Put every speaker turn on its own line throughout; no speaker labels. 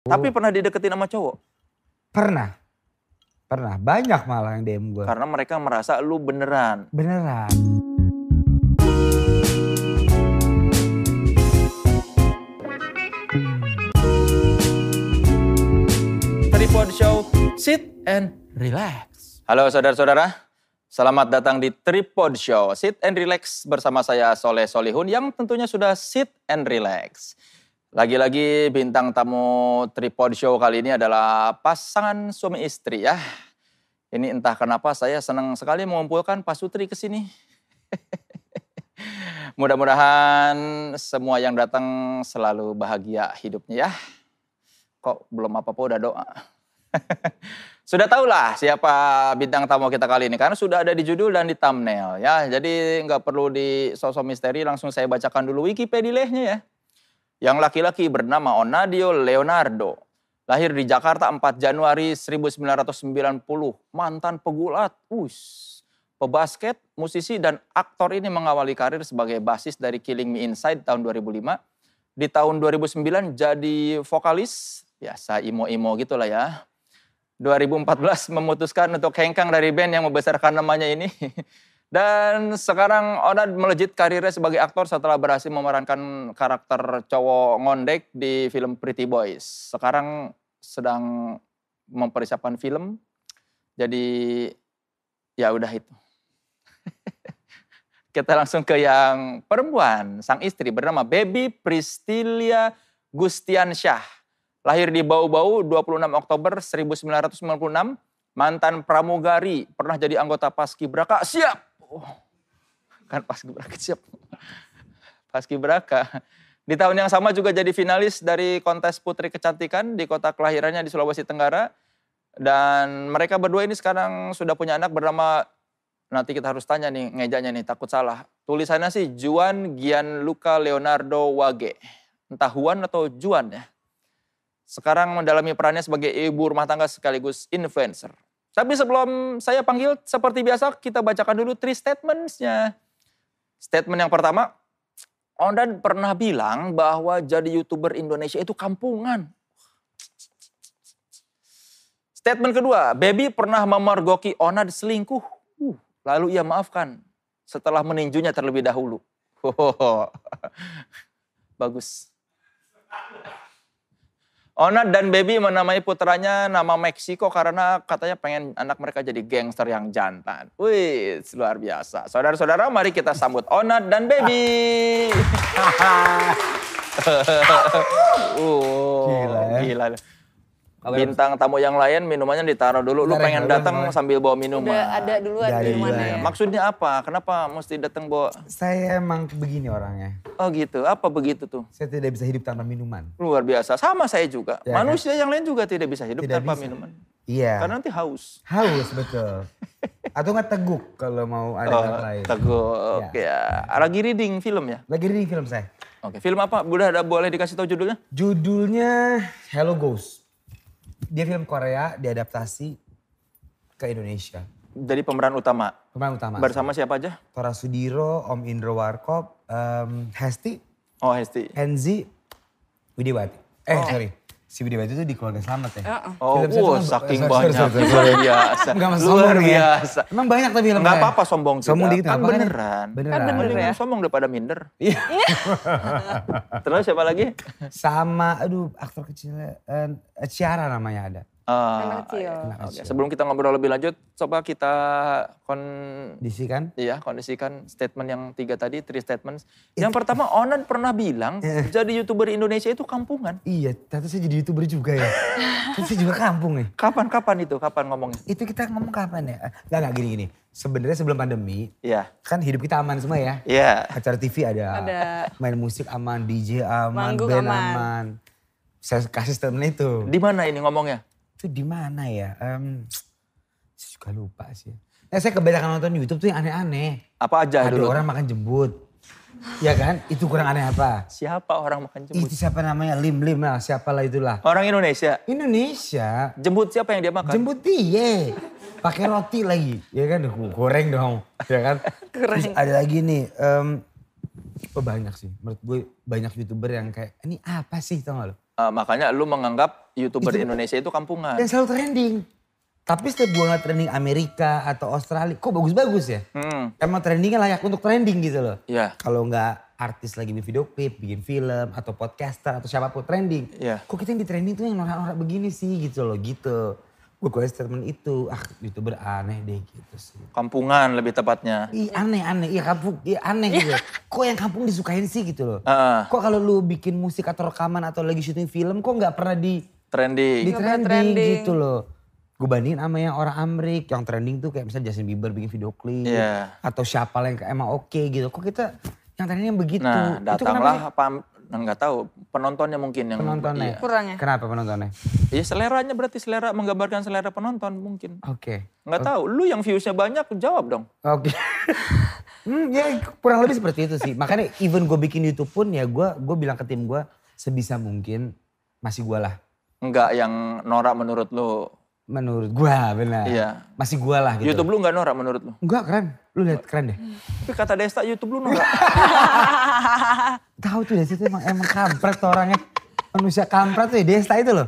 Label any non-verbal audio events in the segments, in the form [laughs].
Tapi pernah dideketin sama cowok
Pernah. Pernah. Banyak malah yang DM gue.
karena mereka merasa lu beneran.
Beneran.
Tripod Show, sit and relax. Halo saudara-saudara, selamat datang di Tripod Show, sit and relax bersama saya Soleh Solihun yang tentunya sudah sit and relax. Lagi-lagi bintang tamu Tripod Show kali ini adalah pasangan suami istri ya. Ini entah kenapa saya senang sekali mengumpulkan Pak Sutri ke sini. [laughs] Mudah-mudahan semua yang datang selalu bahagia hidupnya ya. Kok belum apa-apa udah doa. [laughs] sudah tahulah siapa bintang tamu kita kali ini karena sudah ada di judul dan di thumbnail ya. Jadi nggak perlu di sosok misteri langsung saya bacakan dulu Wikipedia-nya ya. Yang laki-laki bernama Onadio Leonardo. Lahir di Jakarta 4 Januari 1990. Mantan pegulat. Us. Pebasket, musisi, dan aktor ini mengawali karir sebagai basis dari Killing Me Inside tahun 2005. Di tahun 2009 jadi vokalis, biasa imo-imo gitulah ya. 2014 memutuskan untuk hengkang dari band yang membesarkan namanya ini. [laughs] Dan sekarang Onad melejit karirnya sebagai aktor setelah berhasil memerankan karakter cowok ngondek di film Pretty Boys. Sekarang sedang mempersiapkan film. Jadi ya udah itu. Kita langsung ke yang perempuan, sang istri bernama Baby Pristilia Gustiansyah. Lahir di Bau-Bau 26 Oktober 1996, mantan pramugari, pernah jadi anggota Paskibraka. Siap. Oh, kan Paskibraka siap. Paskibraka. Di tahun yang sama juga jadi finalis dari kontes putri kecantikan di kota kelahirannya di Sulawesi Tenggara. Dan mereka berdua ini sekarang sudah punya anak bernama nanti kita harus tanya nih ngejanya nih takut salah. Tulisannya sih Juan Gianluca Leonardo Wage. Entah Juan atau Juan ya sekarang mendalami perannya sebagai ibu rumah tangga sekaligus influencer. Tapi sebelum saya panggil, seperti biasa kita bacakan dulu three statements-nya. Statement yang pertama, Ondan pernah bilang bahwa jadi YouTuber Indonesia itu kampungan. Statement kedua, Baby pernah memergoki Onad selingkuh. Uh, lalu ia maafkan setelah meninjunya terlebih dahulu. [laughs] Bagus. Onat dan Baby menamai putranya nama Meksiko karena katanya pengen anak mereka jadi gangster yang jantan. Wih, luar biasa. Saudara-saudara, mari kita sambut Onat dan
[laughs]
Baby. [laughs] uh,
Gila ya.
gila. Bintang tamu yang lain minumannya ditaruh dulu. Lu
Bentar ya,
pengen
bentar,
datang
bentar.
sambil bawa minuman.
Udah ada duluan
Dari
di mana
duluan.
ya.
Maksudnya apa? Kenapa mesti datang bawa?
Saya emang begini orangnya.
Oh gitu. Apa begitu tuh?
Saya tidak bisa hidup tanpa minuman.
Luar biasa. Sama saya juga.
Ya kan?
Manusia yang lain juga tidak bisa hidup
Tidak
tanpa
bisa.
minuman.
Iya.
Karena nanti haus.
Haus betul. Atau nggak teguk kalau mau ada
Oh,
anak lain.
Teguk ya. Lagi reading film ya.
Lagi reading film saya.
Oke, film apa? Udah ada boleh dikasih tahu judulnya?
Judulnya Hello Ghost. Dia film Korea diadaptasi ke Indonesia.
Dari pemeran utama.
Pemain utama.
Bersama siapa aja?
Tora Sudiro, Om Indro Warkop, em, Hesti,
Oh, Hesti.
Enzi, Widiwati. Eh sorry, si Widiwati itu di keluarga selamat ya?
Oh,
Film saya
wow,
tuh-
saking
sorry, sorry,
banyak.
sorry, sorry.
Luar biasa.
Enggak maksud
Luar
sombong ya.
biasa.
Emang banyak tapi film
Enggak
saya.
apa-apa sombong juga.
Sombong dikit
kan
apa?
beneran.
Beneran.
Kan beneran.
Beneran.
Sombong daripada minder.
Iya.
[laughs] Terus siapa lagi?
Sama, aduh aktor kecilnya, eh, Ciara namanya ada.
Eh,
Anak kecil.
oke, Sebelum kita ngobrol lebih lanjut, coba kita kon
Disi kan?
Iya, kondisikan statement yang tiga tadi, three statements. Yang pertama, Onan pernah bilang jadi youtuber Indonesia itu kampungan.
Iya, ternyata saya jadi youtuber juga ya. kan saya juga kampung ya.
Kapan-kapan itu? Kapan ngomongnya?
Itu kita ngomong kapan ya? Enggak, enggak gini-gini. Sebenarnya sebelum pandemi,
Iya.
kan hidup kita aman semua ya.
Iya.
acara TV ada.
Ada.
Main musik aman, DJ aman,
Manggung
band aman.
aman.
Saya kasih statement itu.
Di mana ini ngomongnya?
Itu di mana ya? Em, saya juga lupa sih. Nah, saya kebanyakan nonton YouTube tuh yang aneh-aneh.
Apa aja
ada
dulu?
orang makan jembut. Ya kan? Itu kurang aneh apa?
Siapa orang makan jembut?
Itu siapa namanya? Lim Lim lah, siapalah itulah.
Orang Indonesia.
Indonesia,
Jembut siapa yang dia makan?
jembut dia. Pakai roti lagi, ya kan? Goreng dong, ya kan?
Goreng.
Terus ada lagi nih, em, oh banyak sih. Menurut gue banyak youtuber yang kayak, ini apa sih tau gak lo?
Eh, makanya lu menganggap youtuber
Itu-
Indonesia itu kampungan.
Dan selalu trending. Tapi setiap gue ngeliat trending Amerika atau Australia, kok bagus-bagus ya?
Hmm,
Emang trendingnya layak untuk trending gitu loh.
ya,
Kalau nggak artis lagi bikin video klip, bikin film, atau podcaster, atau siapapun trending.
Iya.
Kok kita yang di trending tuh yang norak-norak begini sih gitu loh gitu. Gue kuliah statement itu, ah youtuber aneh deh gitu sih.
kampungan lebih tepatnya.
Ih aneh aneh, iya kampung, iya aneh gitu. kok yang kampung disukain sih gitu loh.
Heeh.
Kok kalau lu bikin musik atau rekaman atau lagi syuting film kok nggak pernah di di
Trendy.
Nggak pernah
trending,
trending.
gitu loh. Gue bandingin sama yang orang Amrik, yang trending tuh kayak misalnya Justin Bieber bikin video klip.
Iya.
Atau siapa lah yang kayak emang oke gitu. Kok kita yang trending yang begitu.
Nah,
Itu kenapa sih?
datanglah pam nah, nggak tahu penontonnya mungkin yang
penontonnya.
Iya.
Kurang ya?
Kenapa penontonnya?
Iya, seleranya berarti selera menggambarkan selera penonton mungkin.
Oke.
Nggak tahu, lu yang viewsnya banyak jawab dong.
Oke. [laughs] hmm, ya kurang lebih seperti itu sih. Makanya even gue bikin YouTube pun ya gue gue bilang ke tim gue sebisa mungkin masih gue lah.
Nggak yang norak menurut lu.
Menurut gue benar.
Iya.
Masih gue lah gitu.
YouTube lu nggak norak menurut lu.
Enggak keren. Lu lihat keren deh.
Tapi kata Desta YouTube lu norak.
[laughs] Tahu tuh Desta itu emang, emang kampret tuh orangnya. Manusia kampret tuh ya Desta itu loh.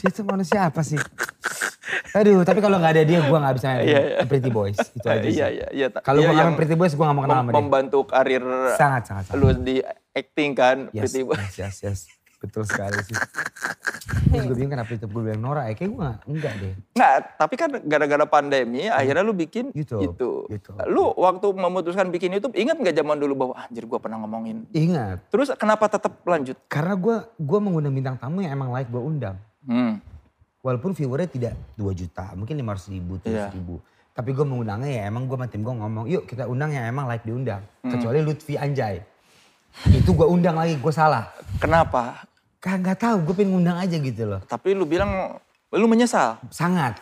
Dia tuh manusia apa sih? Aduh, tapi kalau nggak ada dia gue nggak bisa main
Iya, iya.
The Pretty Boys. Itu aja sih.
Iya, iya, iya. tak-
Kalau
dia
gue
yang
nggak main Pretty Boys gue nggak mau kenal
mem-
sama dia.
membantu karir
Sangat, sangat, sangat.
lu di acting kan.
Yes,
Pretty Boy.
yes, yes, yes. Betul sekali sih. Terus gue bingung kenapa YouTube gue bilang Nora ya, kayak gue gak, enggak deh.
Nggak, tapi kan gara-gara pandemi akhirnya lu bikin
YouTube,
itu.
YouTube.
Lu waktu memutuskan bikin YouTube, ingat nggak zaman dulu bahwa "Ah, anjir gua pernah ngomongin.
Ingat,
Terus kenapa tetap lanjut?
karena gue gua mengundang bintang tamu yang emang layak gue undang.
Hmm.
Walaupun viewernya tidak 2 juta, mungkin 500 ribu, 300
Iya.
ribu. Tapi gue mengundangnya ya emang gue sama tim gue ngomong, yuk kita undang yang emang layak diundang. Kecuali Lutfi Anjay. Itu gue undang lagi, gue salah.
Kenapa?
Kan gak tau, gue pengen ngundang aja gitu loh.
Tapi lu bilang lu menyesal.
Sangat.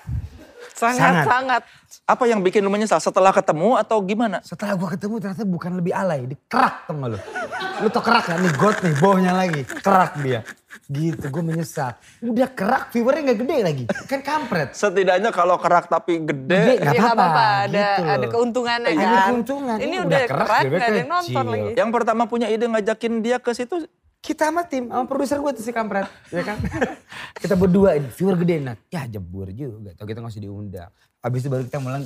Sangat.
Sangat, sangat.
Apa yang bikin lu menyesal? Setelah ketemu atau gimana?
Setelah gue ketemu ternyata bukan lebih alay, dikerak tau gak lu. Lu tau kerak gak nih, got nih, bawahnya lagi, kerak dia. Gitu, gue menyesal. Udah kerak, viewernya gak gede lagi, kan kampret.
Setidaknya kalau kerak tapi
Gede
gede.
gak
Iya, nggak
apa-apa,
Ada,
gitu loh.
ada keuntungannya
Ada
kan.
keuntungan,
Ini
ini
udah
udah keras,
keras,
bebek
gak ada yang nonton
kecil.
lagi.
Yang pertama punya ide ngajakin dia ke situ
Kita sama tim, sama produser gue tuh si kampret, ya kan. [laughs] kita berdua, viewer gede, nah ya jebur juga, tau kita gak usah diundang. Habis itu baru kita mulai,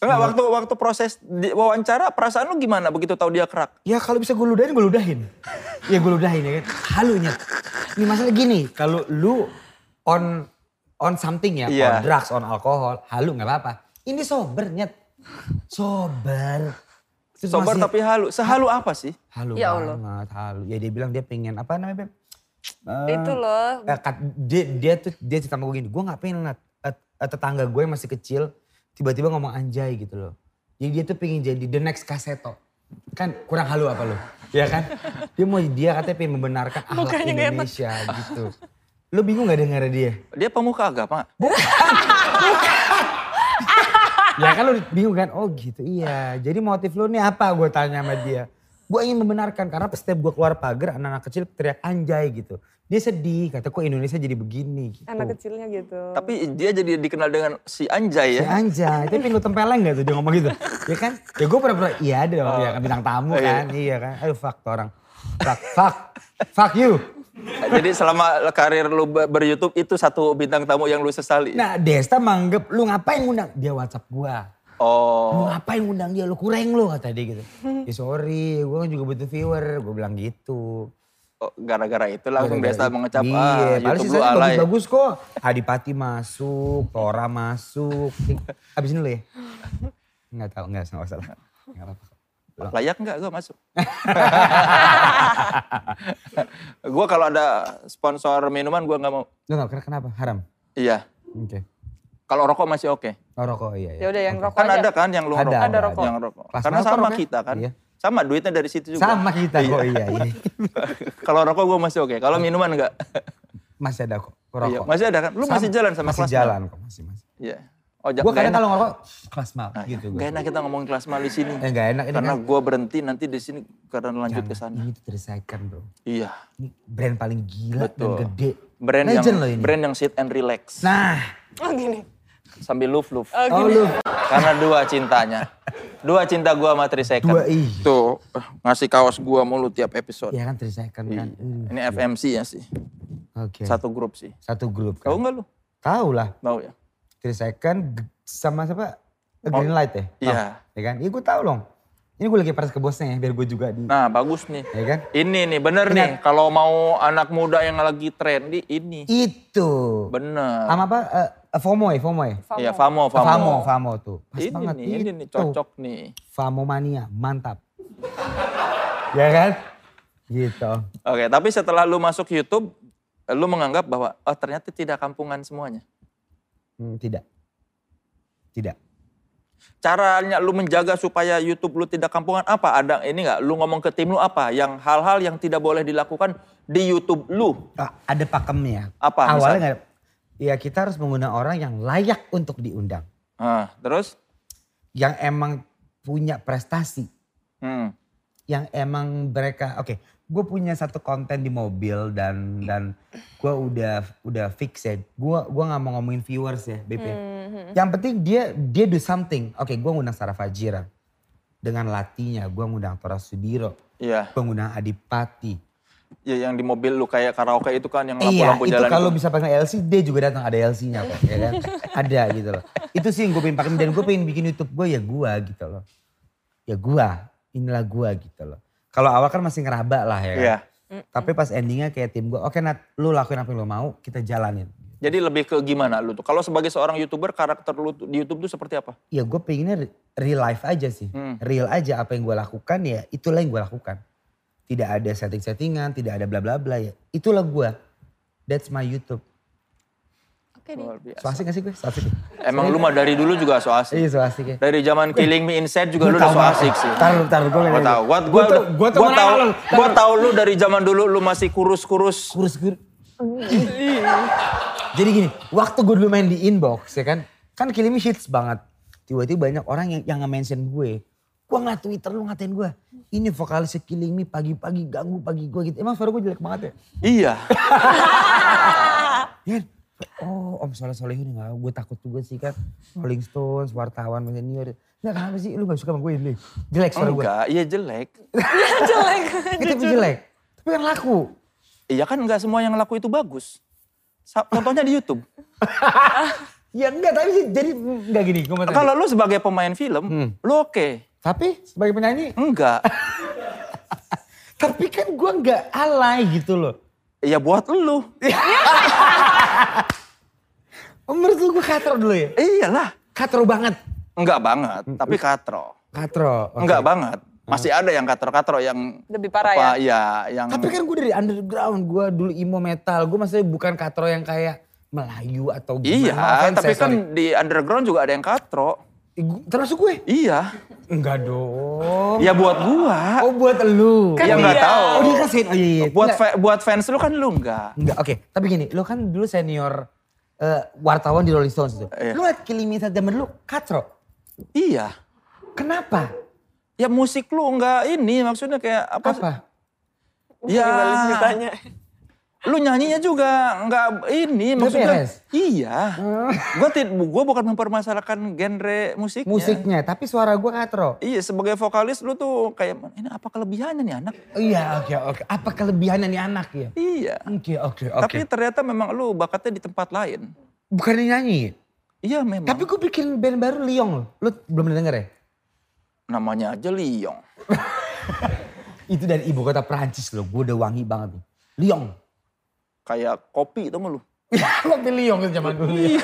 Enggak, waktu waktu proses di- wawancara perasaan lu gimana begitu tahu dia kerak?
ya kalau bisa gue ludahin, gue [laughs] ludahin. ya gue ludahin ya kan, halunya. Ini masalah gini, kalau lu on on something ya,
Iya.
on drugs, on alkohol, halu gak apa-apa. Ini sober, Nyet. Sober. Terus
Sober
masih-
tapi halu. Sehalu apa sih?
Halu
Ya Allah.
banget, halu. Ya dia bilang dia pengen apa namanya Beb? Eh,
Itu loh.
eh, kat- dia, dia tuh dia cerita sama gue gini, gue gak pengen liat eh, eh, tetangga gue yang masih kecil tiba-tiba ngomong anjay gitu loh. Jadi dia tuh pengen jadi the next kaseto. Kan kurang halu apa lo? Ya kan? Dia mau dia katanya pengen membenarkan akhlak
Mukanya nggak enak.
Indonesia gitu. Lo bingung gak dengar dia?
Dia pemuka agama.
ya kan lu bingung kan, oh gitu iya. Jadi motif lu nih apa gue tanya sama dia. Gue ingin membenarkan karena setiap gue keluar pagar anak-anak kecil teriak anjay gitu. Dia sedih, kata kok Indonesia jadi begini gitu.
Anak kecilnya gitu.
Tapi dia jadi dikenal dengan si Anjay
Ya
ya.
anjay, tapi lu tempeleng gak tuh dia ngomong gitu? Ya kan? Ya gue pernah iya ada dong, ya kan bintang tamu
Oh. Iya.
kan, iya kan. Aduh fuck tuh orang. Fuck, fuck, fuck you.
jadi selama karir lu ber- ber-YouTube itu satu bintang tamu yang lu sesali.
Nah Desta manggep, lu ngapain ngundang? Dia whatsapp gua.
Oh,
Lu ngapain undang dia, lu kurang lu kata dia gitu. Ya sorry, gue juga butuh viewer, gue bilang gitu.
oh, gara-gara itu langsung
Gara-gara
Desta
itu.
mengecap
iya,
ah
padahal
YouTube lu
sisanya
alay.
bagus-bagus kok. Adipati masuk, Tora masuk. Abis ini dulu ya? Enggak tahu, enggak, enggak usah lah. Enggak apa-apa.
Layak nggak gua
[laughs]
masuk? gua kalau ada sponsor minuman gua nggak mau.
Enggak, enggak, kenapa- kenapa? Haram?
Iya.
Oke.
Kalau rokok masih oke.
Oh rokok, iya, iya.
Ya udah yang rokok
Kan
aja.
ada kan yang lu
Ada,
ngerokok?
ada,
ada.
Yang rokok.
Plasma
Karena
rokok
sama
kan?
kita kan.
Iya.
Sama duitnya dari situ juga.
Sama kita kok, iya, iya.
[laughs] Kalau rokok gue masih oke. Kalau minuman enggak.
Masih ada kok,
[laughs] Iya,
rokok.
masih ada kan? Lu masih
Sama-
jalan sama
Masih
kelas
jalan kok, masih, masih.
Iya. Oh,
Gue kadang
kalau
kalau ngerokok, kelas mal gitu gue.
Gak enak kita ngomongin kelas mal di sini.
Eh enggak enak ini
Karena
kan.
gue berhenti nanti di sini karena lanjut ke sana.
Ini tuh dari second bro.
Iya.
Ini brand paling gila
Betul.
dan gede.
Brand
Legend
yang
loh ini.
brand yang sit and relax
Nah,
Oh gini.
sambil luf luf.
Oh
oh
gini.
lu
Karena dua cintanya. Dua cinta gua sama Trisecond.
dua Iya. i.
Tuh, eh, ngasih kaos gua mulu tiap episode.
Iya kan 3 second kan.
Ini FMC ya sih.
Uh, Oke. Satu,
Satu grup sih.
grup
Tahu
kan.
nggak lu?
Tahu lah.
Tahu ya?
Three Second G- sama siapa?
Oh,
Green Light ya? Tahu,
Iya.
Ya kan? Iya gue tahu dong. Ini gue lagi pers ke bosnya ya biar gue juga di.
Nah bagus nih.
Ya kan?
Ini nih bener
Benar.
nih. Kalau mau anak muda yang lagi trendy ini.
Iya. Itu.
Bener.
Sama apa? Eh, FOMO ya? FOMO ya?
Famo.
Iya Famo.
Famo.
Famo.
Famo, tuh. Pas
Ini
banget
nih,
itu.
ini nih cocok nih.
Famo mania, mantap. ya kan? Gitu.
Oke, tapi setelah lu masuk YouTube, lu menganggap bahwa oh ternyata tidak kampungan semuanya.
Hmm, tidak. Tidak.
Caranya lu menjaga supaya YouTube lu tidak kampungan apa? Ada ini nggak? Lu ngomong ke tim lu apa? Yang hal-hal yang tidak boleh dilakukan di YouTube lu
Ah, ada pakemnya.
apa?
Awalnya
misalnya?
nggak ada. Ya kita harus menggunakan orang yang layak untuk diundang.
Ah, terus?
Yang emang punya prestasi.
Hmm.
Yang emang mereka, oke. gue punya satu konten di mobil dan dan gue udah udah fix ya. Gue gua nggak mau ngomongin viewers ya, BP.
Mhm.
Yang penting dia dia do something. Oke, gua ngundang Sarah Fajira. Dengan latinya, gua ngundang Tora Sudiro.
Iya,
Gue ngundang Adipati.
ya yang di mobil lu kayak karaoke itu kan yang
Iya,
lampu-lampu
itu
jalan.
kalau
itu.
bisa pakai LC, dia juga datang ada LC-nya kok, ya
[laughs]
kan? ada gitu loh. Itu sih yang gue pengen pakai dan gue pengen bikin YouTube gue ya gua gitu loh. Ya gua, inilah gua gitu loh. Kalau awal kan masih ngeraba lah ya. kan?
Iya.
Tapi pas endingnya kayak tim gua, oke Nat, lu lakuin apa yang lu mau, kita jalanin.
Jadi lebih ke gimana lu tuh? Kalau sebagai seorang YouTuber karakter lu tuh di YouTube tuh seperti apa?
ya gue pengennya re- real life aja sih.
Hmm.
Real aja apa yang gue lakukan ya itulah yang gue lakukan. Tidak ada setting-settingan, tidak ada bla bla bla ya. Itulah gue. That's my YouTube.
Oke deh.
Luar biasa.
Soasik gak sih gue? Soasik.
Emang lu mah dari dulu juga so asik.
Iya soasik ya.
Dari zaman Killing Me Inside juga lu udah so asik sih.
Taruh, taruh. Gue
Gue tahu. Gua gua
tuh,
udah-
gue tuh
gua
menang
tahu.
lo.
Gua tahu lu dari zaman dulu lu masih kurus-kurus.
Kurus kurus. Jadi gini, waktu gue dulu main di inbox ya kan. Kan Kilimi hits banget. Tiba-tiba banyak orang yang, yang nge-mention gue. Gue nggak Twitter lu ngatain gue. Ini vokalisnya Kilimi pagi-pagi ganggu pagi gue gitu. Emang suara gue jelek banget ya?
Iya.
Yan, oh Om Soleh Solehun nggak, gue takut juga sih kan. Rolling Stones, wartawan, senior. Nggak kenapa sih, lu gak suka sama gue Dli? Jelek suara gue.
[laughs] Enggak, iya jelek.
Jelek.
Eh, tapi jelek. Tapi kan laku.
Iya kan enggak semua yang laku itu bagus. Sa- Contohnya di
[laughs]
YouTube.
Ya enggak, tapi sih jadi enggak gini. Gue
Kalau lu sebagai pemain film,
Hmm.
lu oke.
Tapi sebagai penyanyi,
Enggak.
tapi kan gue enggak alay gitu loh.
Ya buat lu.
Oh, Menurut gue katro dulu ya?
Iyalah.
Katro banget.
Enggak banget, tapi katro.
Katro. Hmm. oke. Hmm.
Enggak banget. Masih ada yang katro-katro yang
Lebih parah
apa,
ya?
Iya, yang
Tapi kan gue dari underground, gue dulu emo metal. Gue maksudnya bukan katro yang kayak Melayu atau gimana.
Iya,
Maafin
tapi
saya,
kan
ya, sorry.
di underground juga ada yang katro.
Ih, gua- Termasuk gue.
Iya.
Enggak dong.
Ya buat gua.
Oh buat lu.
Ya
Kan
nggak
dia.
tahu.
Oh dia kasihin. Oh iya iya.
buat
Enggak,
fa- buat fans lu kan lu enggak.
enggak, oke. Tapi gini, lu kan dulu senior eh, wartawan di Rolling Stones itu.
Iya.
Lu ngeliat Killing Me saat zaman lu katro.
Iya.
Kenapa?
Ya musik lu enggak ini maksudnya kayak apa?
Apa?
Ya.
Gimana ceritanya?
Lu nyanyinya juga enggak ini maksudnya.
beres. Oh.
Iya. gua tid- gua bukan mempermasalahkan genre musiknya.
Musiknya, tapi suara gue katro.
Iya, sebagai vokalis lu tuh kayak ini apa kelebihannya nih anak?
Oh, Iya, oke oke. Apa kelebihannya nih anak ya?
Iya.
Oke oke
Tapi
oke.
ternyata memang lu bakatnya di tempat lain.
Bukan dia nyanyi.
Iya memang.
Tapi gue bikin band baru Liong loh. Lu belum denger ya?
namanya aja Liong.
Itu dari ibu kota Perancis loh. Gue udah wangi banget nih. [laughs] Liong.
Kayak kopi itu lu.
Kopi Liong itu zaman dulu. ya.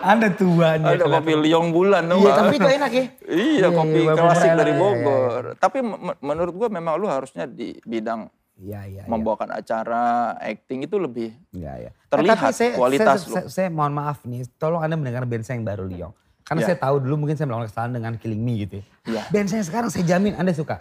Anda tua nih.
Ada kopi Liong bulan dong.
Iya, tapi itu enak ya.
Iya, kopi
iya,
klasik
Bogor,
dari
iya, iya,
Bogor. Tapi me- me- menurut gua memang lu harusnya di bidang
Iya, iya. iya.
membawakan acara, acting itu lebih.
Iya, iya.
ya. Terlihat kualitas
saya,
lu.
saya, saya mohon maaf nih, tolong Anda mendengar band saya yang baru Liong. Karena
Iya.
saya tahu dulu mungkin saya melakukan kesalahan dengan Killing Me gitu ya.
Iya.
Band saya sekarang saya jamin Anda suka.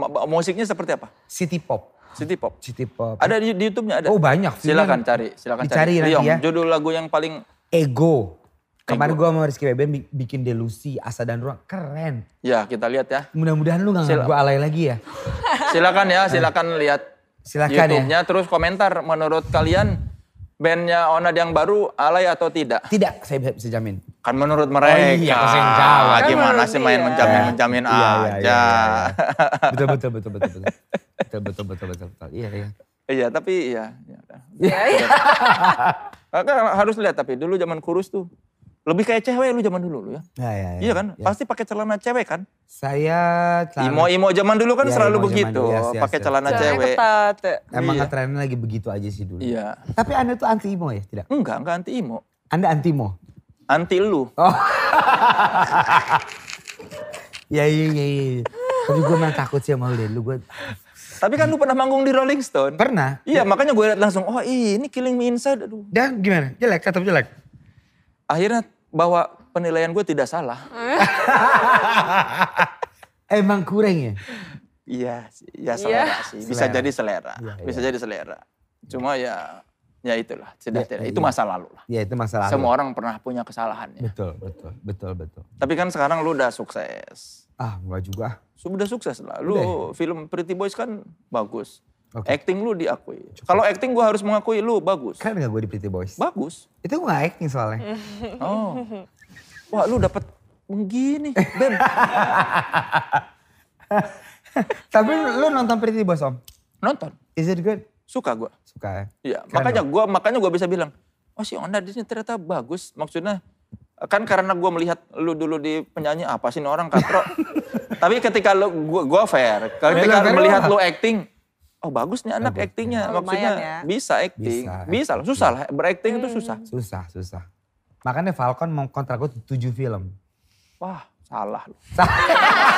Ma- ma- Musiknya seperti apa?
City Pop.
City Pop.
City Pop.
Ada di, di YouTube-nya ada.
Oh, banyak.
Silakan
Silakan.
cari, silakan
Dicari
cari.
nanti
Liong,
ya.
judul lagu yang paling
Ego. Kemarin
Ego.
gue sama Rizky Beben bi- bikin delusi, asa dan ruang. Keren.
ya kita lihat ya.
Mudah-mudahan lu gak
Sila-
gue alay lagi ya.
Silakan
[laughs]
ya, silakan lihat
Silakan ya.
YouTube-nya terus komentar menurut kalian bandnya Onad yang baru alay atau tidak?
Tidak, saya bisa, bisa jamin.
Kan menurut mereka.
iya, kasih yang jawab.
Kan
Gimana
menurut
sih main
dia.
menjamin-menjamin
Iya, iya,
aja.
iya, iya, iya. Betul, betul, betul, betul, betul. Betul, betul, betul, betul, betul. Iya, iya.
Iya, tapi iya. iya.
Ya, iya.
Kakak harus lihat tapi dulu zaman kurus tuh lebih kayak cewek lu zaman dulu lu ya.
Nah, ya, ya,
Iya kan?
ya.
Pasti pakai celana cewek kan?
Saya celana-
Imo-imo zaman dulu kan
Iya,
selalu
imo zaman
begitu,
dulu, yes, yes,
pakai
yes.
celana
Jangan
cewek.
ketat.
Emang
Iya.
trennya lagi begitu aja sih dulu.
Iya.
Tapi Anda tuh anti imo ya, tidak?
Enggak, enggak anti imo.
Anda anti imo?
Anti lu.
Ya iya iya iya. iya. Tapi gue memang takut sih sama lu deh. Lu gue
Tapi kan lu pernah manggung di Rolling Stone.
pernah.
Iya, makanya gue liat langsung, oh ini Killing Me Inside. Aduh.
Dan gimana? Jelek tetap jelek.
Akhirnya bahwa penilaian gue tidak salah.
Emang kurang ya?
Iya, sih, ya selera
Iya.
sih. Bisa
Selera.
jadi selera.
Iya,
Bisa jadi selera. Cuma ya, ya itulah. Tidak,
Iya,
tidak.
iya, Ya.
Itu
iya.
masa lalu lah.
Ya itu masalah.
Semua orang pernah punya kesalahannya.
Betul, betul, betul, betul.
Tapi kan sekarang lu udah sukses.
Ah, enggak juga.
Sudah sukses lah. Lu film Pretty Boys kan bagus.
Oke.
Acting lu diakui. Kalau acting gue harus mengakui lu bagus.
Keren gak gue Kan di Pretty Boys?
Bagus.
Itu gue gak acting soalnya. [laughs]
Oh. Wah lu dapet begini, Ben.
[laughs] Tapi lu nonton Pretty Boys om?
Nonton.
Is it good?
Suka gue.
Suka ya?
Iya,
Keren
makanya gua makanya gua bisa bilang, oh si Onda di sini ternyata bagus. Maksudnya kan karena gua melihat lu dulu di penyanyi apa sih ini orang katro.
[laughs]
Tapi ketika lu gua, gua fair, ketika
Iya, Fair, fair,
melihat
fair.
lu acting, oh bagus nih anak actingnya.
Oh,
Maksudnya
lumayan ya. Hmm.
bisa acting,
Bisa.
bisa, lah. susah lah beracting itu susah.
Susah, susah. Makanya Falcon mau kontrak gue 7 film.
Wah salah, lu.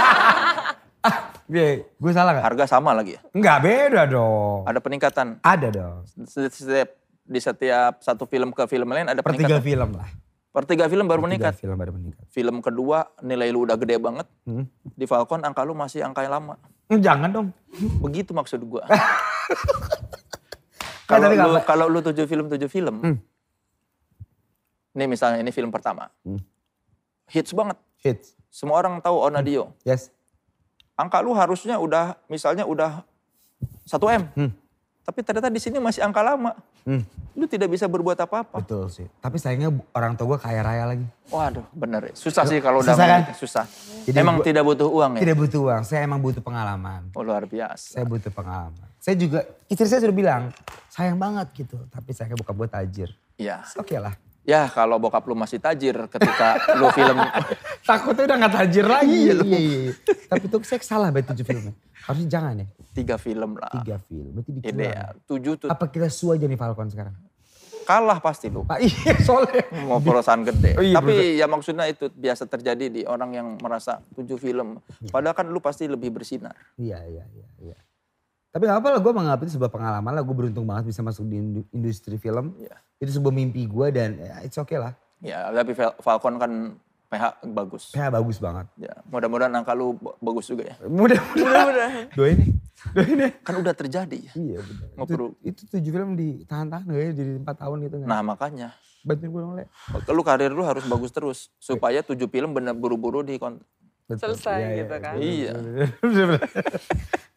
Iya.
Gue, gue salah gak?
harga sama lagi ya.
Enggak beda dong.
Ada peningkatan
Ada dong.
Setiap- setiap di setiap satu film ke film lain ada
Per tiga
peningkatan.
film lah.
Per tiga film baru
Tiga
meningkat.
film baru meningkat.
Film kedua nilai lu udah gede banget.
Hmm.
Di Falcon angka lu masih angka yang lama.
Hmm, Jangan dong.
Begitu maksud
[laughs]
gua.
Ya,
kalau
tapi
lu
Kan nggak apa-
kalau lu tujuh film tujuh film. Nih misalnya ini film pertama.
Hmm.
Hits banget.
Hits.
Semua orang tahu
Hmm.
Onadio.
Yes.
Angka lu harusnya udah misalnya udah 1 M. Tapi ternyata di sini masih angka lama.
Hmm.
Lu tidak bisa berbuat apa-apa.
Betul sih. Tapi sayangnya bu- orang tua gue kaya raya lagi.
Waduh, bener ya. Susah sih kalau udah
Susah kan?
begitu, susah.
Jadi
Emang
gua-
tidak butuh uang ya?
Tidak butuh uang. Saya emang butuh pengalaman.
Oh, luar biasa.
Saya butuh pengalaman. Saya juga, istri saya sudah bilang, sayang banget gitu. Tapi saya buka buat tajir.
Ya.
Oke lah.
Ya, kalau bokap lu masih tajir ketika lu
[laughs]
film
[laughs] Takutnya udah gak tajir lagi. Iya, iya, iya. Tapi tuh saya salah banget tujuh filmnya. Harusnya jangan ya.
tiga film lah.
Tiga film, berarti dikurang.
Ideal. Tujuh tuh
Apa kita su aja nih Falcon sekarang?
Nah. Ah, kalah pasti lu.
Pak iya [laughs] soalnya.
Mau perusahaan gede.
Oh iya,
Tapi ya maksudnya itu biasa terjadi di orang yang merasa tujuh film. Padahal kan lu pasti lebih bersinar.
Iya, iya, iya. iya. Tapi gak apa lah, gue menganggap itu sebuah pengalaman lah. Gue beruntung banget bisa masuk di indu- industri film.
Iya.
Itu sebuah mimpi gue dan ya, it's okay lah.
Ya, tapi Fal- Falcon kan PH bagus.
PH bagus banget.
Ya, mudah-mudahan angka lu ba- bagus juga ya.
Mudah-mudahan.
Udah.
[laughs] Doain nih. Doain nih.
Kan udah terjadi.
Iya bener.
Mau
Itu,
perlu-
itu tujuh film ditahan-tahan gak ya jadi empat tahun gitu kan.
Nah, makanya
Bantuin gue dong Le.
lu karir lu harus bagus terus supaya tujuh film bener buru-buru di kon-
Betul.
Selesai
Iya,
gitu kan.
Iya.
Bener, bener. [laughs]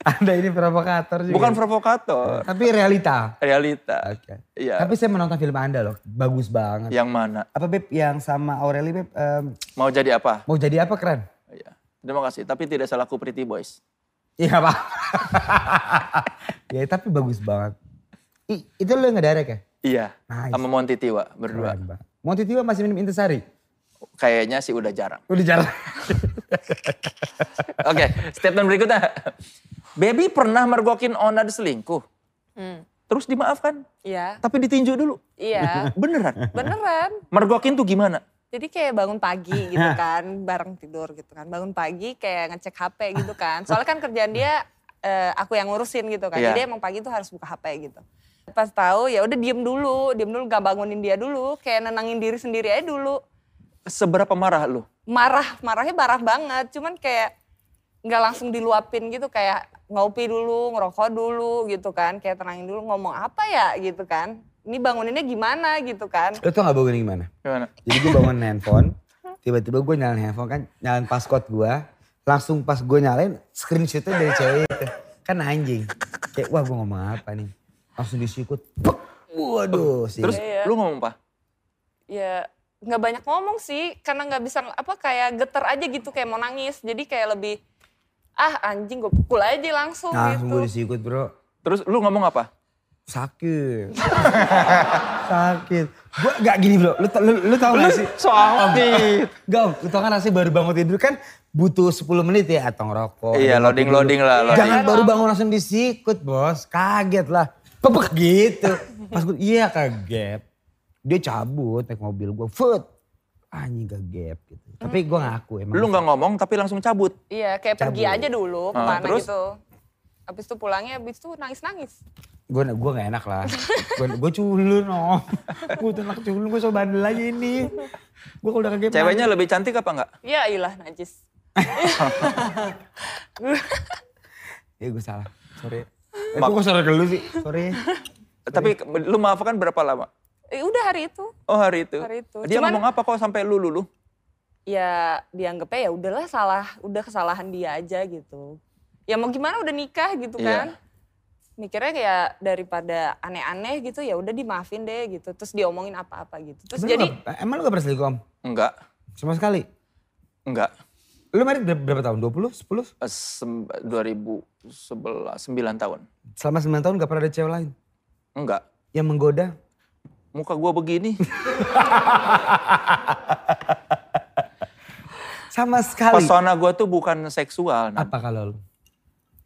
Anda ini provokator sih.
Bukan provokator,
Tapi realita.
realita.
Oke.
Iya.
Tapi saya menonton film Anda loh. Bagus banget.
Yang mana?
Apa Beb yang sama Aureli Beb? em,
Mau jadi apa?
mau jadi apa keren?
Iya. Terima kasih, tapi tidak selaku Pretty Boys.
Iya apa? [laughs] ya tapi bagus banget. I- itu lo yang ngedirect ya?
Iya.
Nice.
Sama Monti Tiwa berdua.
Keren banget. Monti Tiwa masih minum intisari?
Kayaknya sih udah jarang.
Udah jalan. [laughs]
Oke, statement berikutnya. Baby pernah mergokin Ona di selingkuh.
Hmm.
Terus dimaafkan,
Iya.
tapi ditinju dulu.
[laughs]
Iya.
Beneran.
Beneran.
Mergokin tuh gimana?
Jadi kayak bangun pagi gitu kan, bareng tidur gitu kan. Bangun pagi kayak ngecek HP gitu kan. Soalnya kan kerjaan dia eh, aku yang ngurusin gitu kan.
Iya.
Jadi emang pagi tuh harus buka HP gitu. Pas tahu ya udah diem dulu, diem dulu gak bangunin dia dulu, kayak nenangin diri sendiri aja dulu.
Seberapa marah lu?
Marah, marahnya marah banget, cuman kayak nggak langsung diluapin gitu kayak ngopi dulu, ngerokok dulu gitu kan, kayak tenangin dulu ngomong apa ya gitu kan. Ini banguninnya gimana gitu kan.
Lo tau gak bangun gimana?
Gimana?
Jadi gue bangun handphone. Tiba-tiba gue nyalain handphone kan. Nyalain passcode gue. Langsung pas gue nyalain screenshotnya dari cewek itu. Kan anjing. Kayak wah gue ngomong apa nih. Langsung disikut. Pek! Waduh sih.
Terus
Iya.
lu ngomong apa?
ya nggak banyak ngomong sih karena nggak bisa apa kayak geter aja gitu kayak mau nangis jadi kayak lebih ah anjing gue pukul aja langsung
nah, langsung
gitu
gue disikut bro.
Terus lu ngomong apa?
sakit. [laughs] sakit. Gue gak gini bro, lu, ta- lu, lu tau gak sih?
Sakit.
Gak, lu tau kan rasanya baru bangun tidur kan butuh 10 menit ya atau ngerokok.
Iya,
atau
loading,
ngopi dulu.
loading lah, loading.
Jangan baru bangun langsung disikut bos, kaget lah. Pepek gitu. Pas gue, iya kaget. Dia cabut naik mobil gue, foot. Anjing kaget gitu. Tapi gue ngaku emang.
Lu nggak ngomong tapi langsung cabut.
Iya, kayak pergi
Cabut.
aja dulu kemana
terus?
gitu. Abis itu pulangnya, abis itu nangis-nangis.
Gue gua gak enak lah. Gue gua culun om. gue tuh anak culun, gue so bandel aja ini. Gue kalau udah kaget.
Ceweknya lebih cantik apa enggak?
Ya ilah najis. [laughs]
Ya gue salah, sorry. Eh,
Maaf.
kok gue salah ke lu sih? Sorry.
Tapi lu maafkan berapa lama?
Eh, udah hari itu.
Oh hari itu.
Hari itu.
Dia
Cuman-
ngomong apa kok sampai lu lulu?
Ya dianggapnya ya udahlah salah, udah kesalahan dia aja gitu. Ya mau gimana udah nikah gitu
Iya.
kan. Mikirnya kayak daripada aneh-aneh gitu ya udah dimaafin deh gitu. Terus diomongin apa-apa gitu. [laughs] Terus
Emang
jadi
lu gak- emang lu gak pernah selingkuh om?
Enggak,
Sama sekali?
enggak.
Lu married berapa, berapa tahun? 20? 10?
Eh, sem- 2011, 9 tahun.
Selama 9 tahun gak pernah ada cewek lain
Enggak.
yang menggoda?
Muka gua begini.
Sama sekali.
Pesona gua tuh bukan seksual. Nah,
Apa kalau lu?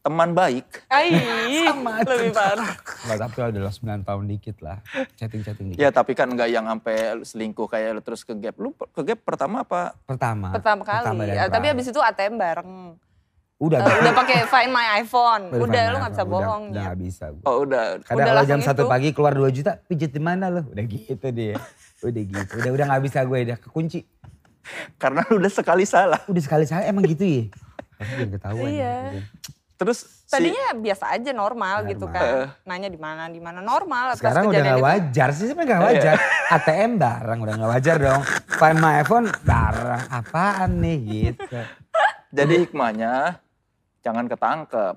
teman baik.
Ai,
[laughs] Sama aja.
lebih parah.
Gak tapi adalah 9 tahun dikit lah. Chatting-chatting dikit.
Ya tapi kan enggak yang sampai selingkuh kayak lu terus ke gap. Lu pe- ke gap pertama apa?
Pertama.
Pertama
Pertama
kali.
dan
Ah, tapi
terakhir.
abis itu ATM bareng.
Udah.
Eh, udah pakai Find My iPhone. [laughs] Udah lu
Udah,
nggak bisa bohong
Udah Nah,
ya.
gak bisa. gua.
Oh udah.
Kadang
Udah
kalau jam 1
langsung itu.
pagi keluar 2 juta, pijit di mana lu? Udah gitu dia. Udah gitu. Udah udah gak bisa gue, udah kekunci.
Karena lu udah sekali salah.
Udah sekali saya emang gitu ya. Tapi jangan ketahuan. ya, gitu.
Iya.
Terus si-
Tadinya biasa aja normal, gitu
Normal.
Eh.
kan. Nanya di mana di mana normal atas
Sekarang udah
kejadian
gak
itu. Iya.
wajar sih, sebenarnya gak wajar. ATM barang udah gak wajar dong. Find my iPhone barang apaan nih gitu.
jadi hikmahnya jangan ketangkep.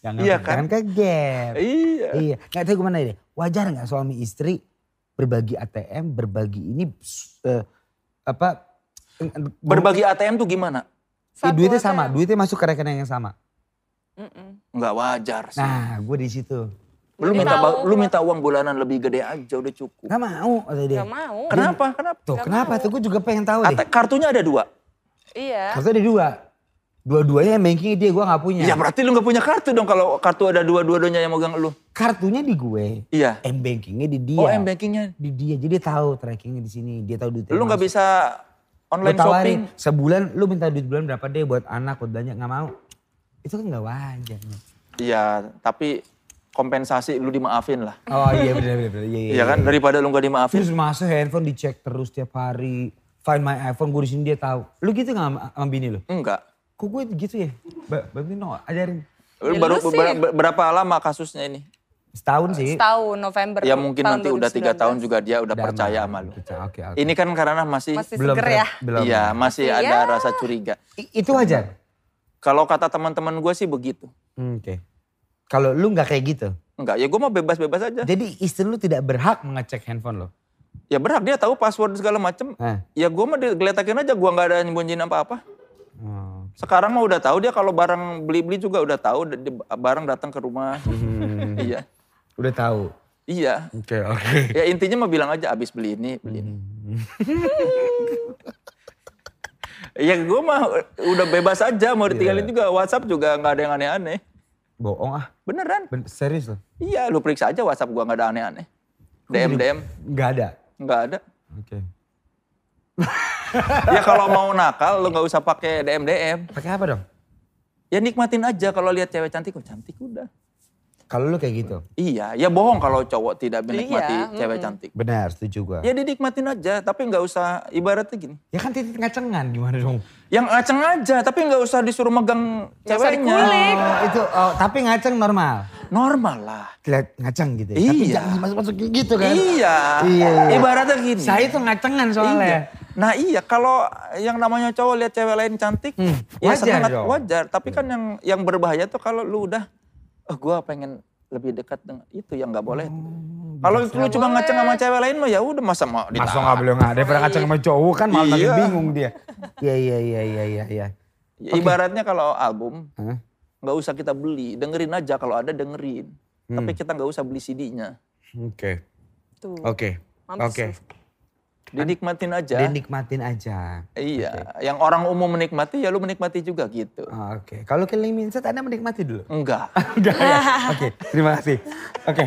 Jangan,
Iya kan?
jangan kaget.
Iya.
Iya, nggak tahu gimana deh. Wajar nggak suami istri berbagi ATM, berbagi ini eh, apa?
Berbagi ATM tuh gimana?
Eh,
Satu
duitnya
ATM.
sama, duitnya masuk ke rekening yang sama.
Mm-mm.
Nggak wajar sih.
Nah, gue di situ.
lu
Jadi
minta
tahu.
ba- lu minta uang bulanan lebih gede aja udah cukup.
Gak mau, kata dia.
Gak mau.
Kenapa? Kenapa?
Tuh,
Nggak
kenapa?
mau.
Tuh, gue juga pengen tahu deh.
Ate- kartunya ada dua.
Iya.
Kartu ada dua. Dua-duanya yang banking dia, gue nggak
Iya,
punya.
Ya berarti lu nggak punya kartu dong kalau kartu ada dua dua-duanya yang megang lu.
Kartunya di gue,
Iya.
m bankingnya di dia.
Oh m bankingnya.
di dia, jadi dia tahu trackingnya di sini, dia tahu duitnya.
Lu nggak
masuk.
bisa online
Gue tawarin
shopping.
sebulan, lu minta duit bulan berapa deh buat anak, buat belanja nggak mau. Itu kan nggak wajar. Nat.
Iya, tapi kompensasi lu dimaafin lah.
Oh iya benar benar benar. Iya,
Iya kan daripada lu nggak dimaafin.
Terus masuk handphone dicek terus tiap hari. Find my iPhone gue di sini dia tahu. Lu gitu nggak sama, sama bini lu?
Enggak.
Kok gue gitu ya? Ba Babi no, ajarin.
Lu
Ya,
baru
lu sih.
ber- ber- berapa lama kasusnya ini?
Setahun sih.
Setahun November.
Ya mungkin
tahun
nanti udah tiga
2019.
tahun juga dia udah
Udah
percaya
aman.
sama lu.
Percaya, Oke oke.
Ini kan karena masih,
Masih seger
ter-
ya.
Belum.
iya, masih
Iya.
ada rasa curiga.
I- itu wajar.
Kalau kata teman-teman gue sih begitu.
Hmm, oke. Kalau lu nggak kayak gitu,
Enggak, ya gue mau bebas-bebas aja.
jadi istri lu tidak berhak mengecek handphone lo.
Ya berhak dia tahu password segala macem.
Hah?
Ya gue mah digeletakin aja, gue nggak ada nyembunyiin apa-apa.
Oh.
Sekarang mah udah tahu dia kalau barang beli-beli juga udah tahu di- di- barang datang ke rumah.
Hmm,
iya.
udah tahu.
Iya.
Oke oke.
Ya intinya mah bilang aja abis beli ini, beli
[laughs]
ini. ya gue mah udah bebas aja
Iya.
mau ditinggalin juga WhatsApp juga nggak ada yang aneh-aneh.
Bohong ah.
Beneran?
Ben- serius lo?
Iya, lu periksa aja WhatsApp gua nggak ada aneh-aneh. DM DM
Nggak ada.
nggak ada.
Oke.
Ya kalau mau nakal lu nggak usah pakai DM DM.
Pakai apa dong?
Ya nikmatin aja kalau lihat cewek cantik, oh cantik udah.
Kalau lu kayak gitu.
Iya, ya bohong kalau cowok tidak menikmati
Iya,
cewek cantik.
Benar, setuju gua.
Ya dinikmatin aja, tapi nggak usah ibaratnya gini.
Ya kan titik ngacengan gimana dong?
Yang ngaceng aja, tapi nggak usah disuruh megang
Nggak usah
ceweknya.
dikulik. Klik.
Oh, itu oh, tapi ngaceng normal.
Normal lah.
Lihat ngaceng gitu ya. Tapi
Iya.
jangan masuk-masuk gitu kan.
Iya.
Iya, iya.
Ibaratnya gini.
Saya itu ya. ngacengan soalnya.
Iya. Nah iya kalau yang namanya cowok lihat cewek lain cantik,
Hmm,
ya
wajar
senang
dong. Iya.
wajar. Tapi kan yang yang berbahaya tuh kalau lu udah, oh gue pengen lebih dekat dengan itu yang nggak boleh. kalau lu cuma ngaceng sama cewek lain mah ya udah masa mau
Hmm, Masa
ditahan?
nggak boleh nggak? Daripada ngaceng sama cowok kan malah makin
Iya.
bingung dia. Iya iya iya iya iya. iya.
Ya, Ibaratnya kalau album
Hah?
nggak usah kita beli, dengerin aja kalau ada dengerin.
Hmm.
tapi kita nggak usah beli CD-nya.
Oke,
Tuh.
oke,
Mampus
oke.
lu.
Kan?
Dinikmatin aja.
Dinikmatin aja.
Iya, yang orang umum menikmati ya lu menikmati juga gitu.
Ah, Oke, kalau killing me inside Anda menikmati dulu.
Enggak.
Enggak ya? Oke, terima kasih. Oke.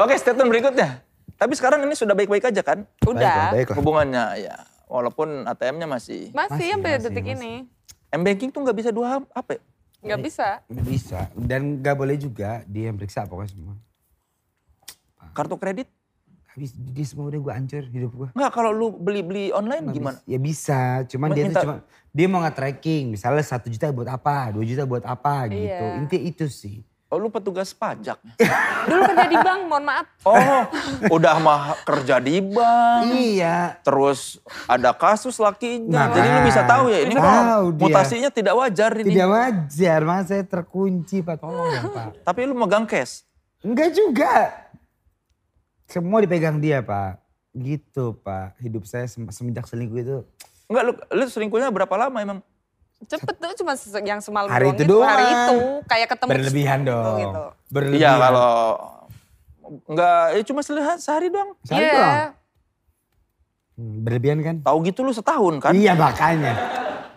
Oke, statement berikutnya. Tapi sekarang ini sudah baik-baik aja kan?
Udah.
Baiklah, baiklah.
Hubungannya ya, walaupun ATM-nya masih.
Masih
Masih,
sampai
masih,
detik
masih.
ini.
M-Banking tuh nggak bisa dua hap- apa ya?
Nggak bisa.
Nggak Bisa. Dan nggak boleh juga dia yang periksa pokoknya semua.
Kartu kredit?
Habis dia semua udah gue hancur hidup gue.
Enggak, kalau lu beli-beli online gimana?
Ya bisa, cuman
Cuma
dia
minta-
tuh cuma dia mau nge-tracking misalnya satu juta buat apa, dua juta buat apa gitu.
Iya.
Inti itu sih.
Oh, lu petugas pajak.
Dulu kerja di bank, mohon maaf.
Oh, [laughs] udah mah kerja di bank.
Iya,
Terus ada kasus lakinya.
Nah,
Jadi lu bisa tahu ya ini
tahu
kan
dia.
mutasinya tidak wajar ini.
tidak wajar mas saya terkunci pak tolong ya pak.
Tapi lu megang cash.
Enggak juga. Semua dipegang dia pak. Gitu pak, hidup saya sem- semenjak selingkuh itu
Enggak, lu, lu selingkuhnya berapa lama emang?
Cepet tuh cuma se- yang semalam
Hari
doang
itu
gitu, Hari
doang.
itu kayak ketemu
berlebihan
gitu,
dong.
gitu.
Berlebihan.
Iya kalau enggak ya cuma selihat sehari doang.
Sehari
Iya.
doang. Hmm, Berlebihan kan?
Tahu gitu lu setahun kan?
Iya makanya.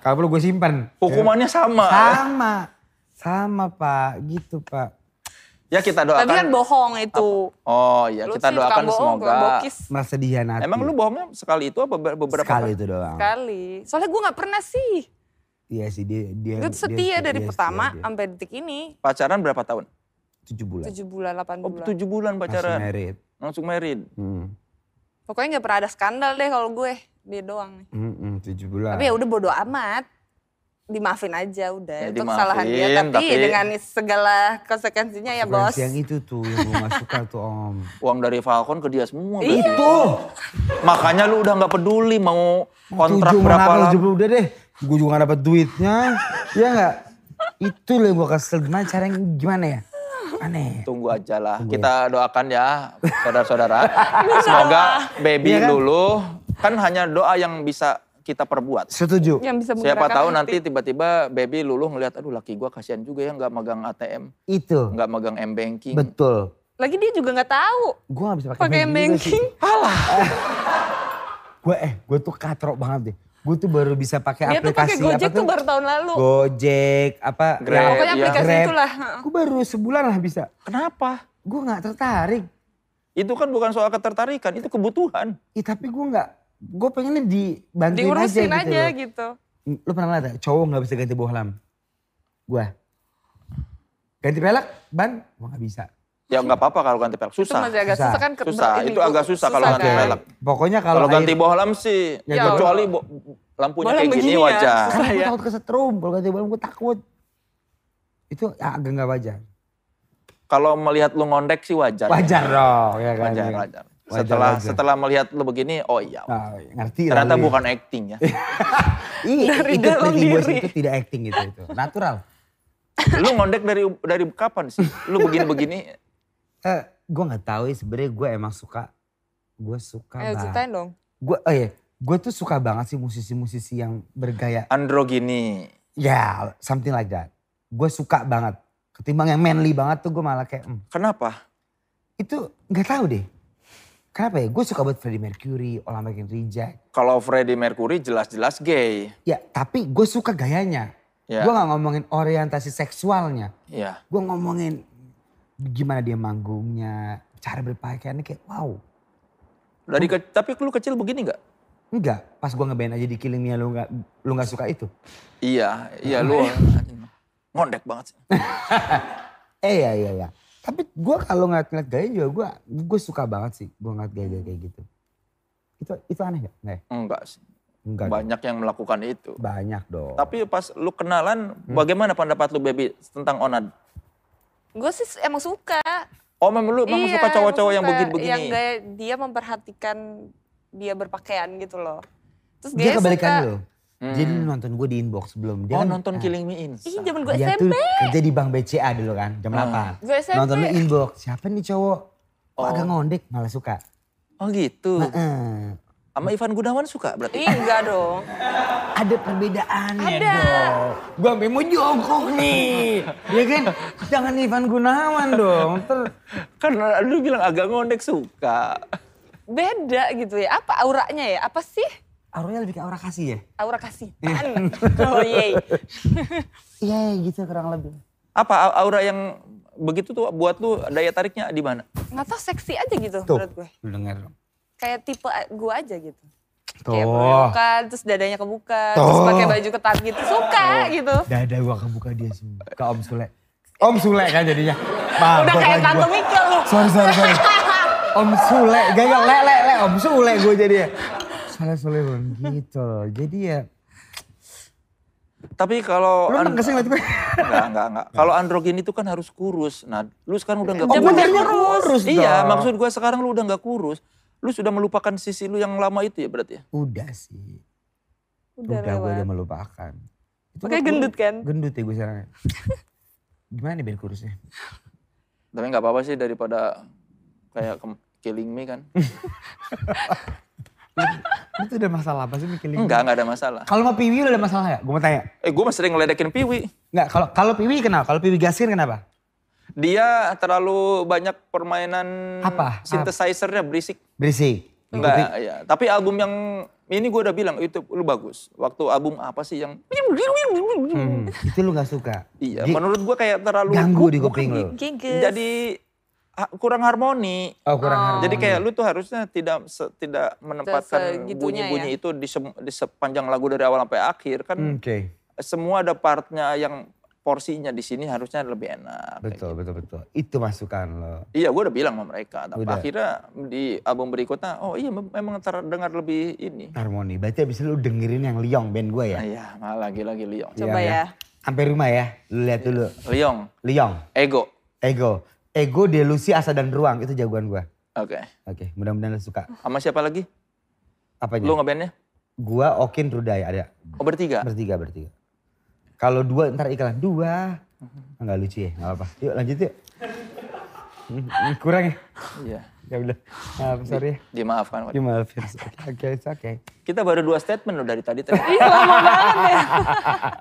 Kalau perlu gue simpan. Eh.
Hukumannya sama.
Sama. Sama pak, gitu pak.
Ya kita
Tapi kan
doakan.
bohong itu.
Oh iya,
Lu
kita
sih
doakan
tukang bohong,
semoga.
bokis
Merasa dihianati.
Emang lu bohongnya sekali itu apa ber- beberapa
Sekali
kali?
itu doang.
sekali. Soalnya gue nggak pernah sih.
Iya sih dia. dia
Gue
dia-
setia
dia
dari
setia,
pertama
iya, dia.
sampai detik ini.
Pacaran berapa tahun?
Tujuh bulan.
tujuh bulan, delapan
Oh,
bulan.
tujuh bulan
Langsung
pacaran.
married.
Langsung married.
Hmm.
Pokoknya nggak pernah ada skandal deh kalau gue. Dia doang nih.
Hmm, hmm, tujuh bulan.
Tapi ya udah bodo amat. Dimaafin aja
Ya,
udah. itu
dimaafin,
kesalahan dia. Tapi,
tapi-
dengan segala konsekuensinya ya bos.
Frekuensi yang itu tuh yang gue gak suka tuh om.
Uang dari Falcon ke dia semua.
Iya.
berarti.
Itu.
Makanya lu udah nggak peduli mau kontrak
Tujuh
berapa
menabung,
lama.
tujuh bulan, udah deh. Gue juga gak dapet duitnya. Iya gak? Itu loh yang gue kesel. Gimana caranya gimana ya? Aneh.
Tunggu aja lah. Kita doakan
[laughs]
ya saudara-saudara.
Iya,
Semoga baby
Iya kan?
dulu kan hanya doa yang bisa kita perbuat.
Setuju.
Yang bisa
Siapa
menggerakkan
tahu
hati.
nanti tiba-tiba baby lulu ngelihat aduh laki gua kasihan juga ya nggak megang ATM,
Itu.
nggak megang M banking.
Betul.
Lagi dia juga nggak tahu
Gue gak bisa pakai
pakai banking.
Gue eh, gue tuh katrok banget deh. Gue tuh baru bisa pakai
[laughs] Dia tuh pakai
aplikasi.
Gojek
apa
tuh baru tahun lalu.
Gojek, apa.
Grab,
yang-
Pokoknya
Iya.
aplikasi
Grab.
itulah.
Gue baru sebulan lah bisa.
Kenapa?
Gue gak tertarik.
Itu kan bukan soal ketertarikan, itu kebutuhan.
Ih, tapi gue gak, gue pengennya dibantuin
Diurusin
aja,
aja
gitu.
gitu.
loh. Lu pernah lihat gak cowok gak bisa ganti bohlam? Gue. Ganti pelek, ban, gue gak bisa.
Ya nggak apa-apa kalau ganti pelek.
Itu
Susah.
masih agak susah,
Susah.
kan. ke-
Susah,
ini,
itu agak susah kalau
Oke,
ganti
kan?
pelek.
Pokoknya kalau
Kalau ganti
air-
bohlam sih, ya,
Ya, gua-
kecuali bo- lampunya
Bohlam
kayak gini
begini ya,
wajar.
Karena gue
ya.
takut kesetrum, kalau ganti bohlam gue takut. Itu ya, agak gak wajar.
Kalau melihat lu ngondek sih wajar.
Wajar dong, ya kan.
Wajar,
ya.
wajar.
Wajar,
Setelah
wajar.
setelah melihat lu begini, oh iya.
Nah, ngerti lah
Ternyata
lu ya.
bukan acting [laughs] ya.
Iya,
Dari
itu
dalam
Pretty Boys
diri.
itu tidak acting gitu, itu. natural.
lu ngondek dari dari kapan sih? Lu begini-begini
Eh, gue nggak tahu ya sebenarnya gue emang suka, gue suka
Ayo
banget.
Eh, ceritain dong.
gue oh iya, gue tuh suka banget sih musisi-musisi yang bergaya
androgini.
ya something like that gue suka banget ketimbang yang manly banget tuh gue malah kayak hmm,
Kenapa?
itu nggak tahu deh kenapa ya gue suka buat Freddie Mercury Ola American Reject
Kalau Freddie Mercury jelas-jelas gay.
ya tapi gue suka gayanya
Ya.
gue nggak ngomongin orientasi seksualnya
Iya.
gue ngomongin gimana dia manggungnya cara berpakaiannya kayak wow
Dari ke- tapi lu kecil begini nggak?
enggak pas gue ngeband aja di Killing Me lu nggak lu nggak suka itu
Iya, iya lu ngondek banget sih.
Eh ya ya ya. Tapi gue kalau ngeliat ngeliat gaya juga gue gue suka banget sih gue ngeliat gaya gaya kayak gitu. Itu itu aneh gak? Nggak ya?
Enggak sih.
Enggak. dong.
Banyak yang melakukan itu.
Banyak dong.
Tapi pas lu kenalan, bagaimana pendapat lu baby tentang Onad?
Gue sih emang suka.
Oh memang lu memang
Iya,
suka cowok-cowok yang
suka.
begini-begini?
Yang gaya dia memperhatikan dia berpakaian gitu loh. Terus
dia kebalikan
suka,
lo. Jadi lu nonton gue di inbox sebelum dia
Hmm. oh
kan.
nonton
nah,
Killing Me Inside.
Ih zaman gue
dia Iya
SMP.
tuh kerja di bank BCA dulu kan jam
Ah.
8.
Gua SMP.
Nonton lu inbox siapa nih cowok? Kok
Oh.
agak ngondek malah suka.
Oh gitu.
Heeh.
Sama Ivan Gunawan suka berarti?
Ih, enggak dong.
Ada perbedaannya
Ada.
dong. Gua sampe mau jongkok
[laughs]
nih. ya kan? Jangan Ivan Gunawan dong. Ter
Kan lu bilang agak ngondek suka.
Beda gitu ya. Apa auranya ya? Apa sih?
auranya lebih ke aura kasih ya?
Aura kasihan. [laughs] oh yeay.
Iya gitu kurang lebih.
Apa au- aura yang begitu tuh buat lu daya tariknya di mana?
Nggak tau seksi aja gitu
Tuh,
menurut gue.
lu denger.
Kayak tipe a- gue aja gitu. Kayak
Tuh.
pelukan, terus dadanya kebuka, terus
Tuh.
pakai baju ketat gitu. Suka gitu.
Dada gua kebuka dia semua. Ke Om Sule. Om Sule kan jadinya. Mabok
Udah kayak
lagi
tante
gua.
Mika lu.
Sorry, sorry, sorry. Om Sule, gagal le, le, le, Om Sule gue jadi ya. Salah Sule bang, gitu loh. Jadi ya,
Tapi kalau
lu pernah
an-
kesini liat
[laughs]
gue?
Enggak, enggak, enggak. Kalau androgen itu kan harus kurus. Nah, lu sekarang udah enggak
Oh,
kurus.
badannya kurus
Iya,
dong.
maksud gua sekarang lu udah enggak kurus. Lu sudah melupakan sisi lu yang lama itu ya berarti ya?
Udah sih,
[laughs]
udah,
Udah,
gue
lewat.
udah melupakan. Itu
Makanya
gua-
gendut kan?
Gendut ya gue
[laughs]
sekarang. Gimana biar kurusnya?
Tapi enggak apa-apa sih daripada kayak kem- killing me
[laughs]
kan.
Itu udah masalah apa sih mikirin?
Hmm.
Enggak, enggak ada masalah.
Kalau sama Piwi lu ada masalah ya? Gue mau tanya.
Eh, gua masih sering ngeledekin Piwi.
Enggak, kalau kalau Piwi kenapa? Kalau Piwi Gaskin kenapa?
Dia terlalu banyak permainan
Apa? Oh,
synthesizer-nya berisik.
Berisik.
Enggak, ya. Tapi album yang ini gua udah bilang itu lu bagus. Waktu album apa sih yang
Hmm, [laughs] itu lu gak suka?
Iya,
Di-
menurut gua kan gitu. kayak terlalu
Ganggu di
bukan
kuping lu.
Giges.
jadi ha- kurang harmoni.
Oh kurang
Oh.
harmoni.
Ah. Jadi kayak lu tuh harusnya tidak se- tidak menempatkan
segitunya
bunyi-bunyi itu di, sem- di sepanjang lagu dari awal sampai akhir kan
Hmm, Oke,
semua ada partnya yang porsinya di sini harusnya lebih enak. kayak gitu.
betul, betul, betul. Itu masukan lo.
Iya, gua udah bilang sama mereka. Tapi
Udah.
akhirnya di album berikutnya, oh iya mem- memang terdengar lebih ini.
Harmoni, berarti abis itu lu dengerin yang Liong band gue
Nah,
ya?
iya, malah lagi-lagi Liong.
Iya,
Coba ya.
Sampai rumah ya, lu lihat dulu.
Liong,
Liong,
ego.
Ego. Ego, Delusi, Asa dan Ruang, itu jagoan gue.
Oke.
Oke, mudah-mudahan lu suka.
Sama siapa lagi?
Apanya?
Lu ngebandnya?
Gua, Okin, Rudai, ada.
Oh bertiga.
Bertiga, bertiga. Kalau dua ntar iklan dua.
Hmm.
Enggak lucu ya, enggak apa-apa. Yuk lanjut yuk. Hmm, hmm, Kurang ya?
Iya.
Ya udah, maaf, sorry ya.
Dimaafkan. Pak.
You maafin. Oke, it's okay.
Kita baru dua statement loh dari tadi. Iya lama banget
[laughs]
ya.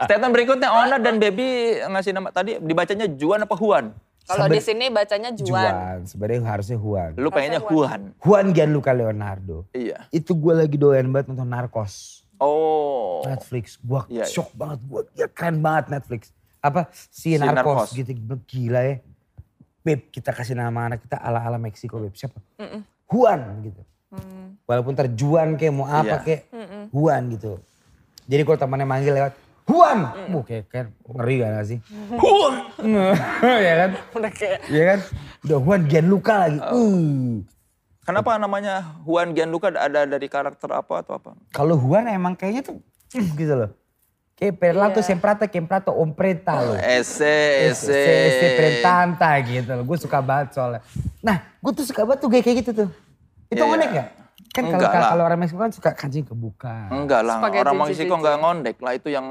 Statement berikutnya Ona dan Baby ngasih nama tadi dibacanya Juan apa Huan?
Kalau
Sambil-
di sini bacanya Juan.
Juan, sebenarnya harusnya Juan.
Lu pengennya Huan.
Juan Gianluca Leonardo.
Iya.
Itu gue lagi doyan banget nonton Narcos.
Oh.
Netflix. Gue
Iya, iya.
shock banget. Gue ya keren banget Netflix. Apa si,
Si
Narcos,
Narcos.
gitu. Gila ya. Beb kita kasih nama anak kita ala-ala Meksiko Beb. Siapa? Juan gitu. Walaupun terjuan kayak mau apa
Hmm. Iya.
kayak Juan gitu. Jadi kalau temannya manggil lewat Juan. Wah kayak keren. Ngeri kan
[laughs]
gak sih? [laughs]
Huan.
ya kan?
Udah kayak
Iya kan? Udah Juan Gianluca lagi.
Oh.
Uh.
Kenapa namanya Huan Gianluca ada dari karakter apa atau apa?
Kalau Juan emang kayaknya tuh gitu loh. Kayak per lato
Iya.
semprata, kemprato, ompreta loh.
Eh, Ese, ese.
Se prentanta gitu loh. Gue suka banget soalnya. Nah, gue tuh suka banget tuh gaya kayak gitu tuh. Itu
Iya,
ngondek
iya.
gak? Kan kalau
Enggak lah. Hmm, iya.
kalau orang Meksiko kan suka kancing kebuka.
Enggak lah,
Spaghetti
orang Meksiko
jujur.
enggak ngondek lah itu yang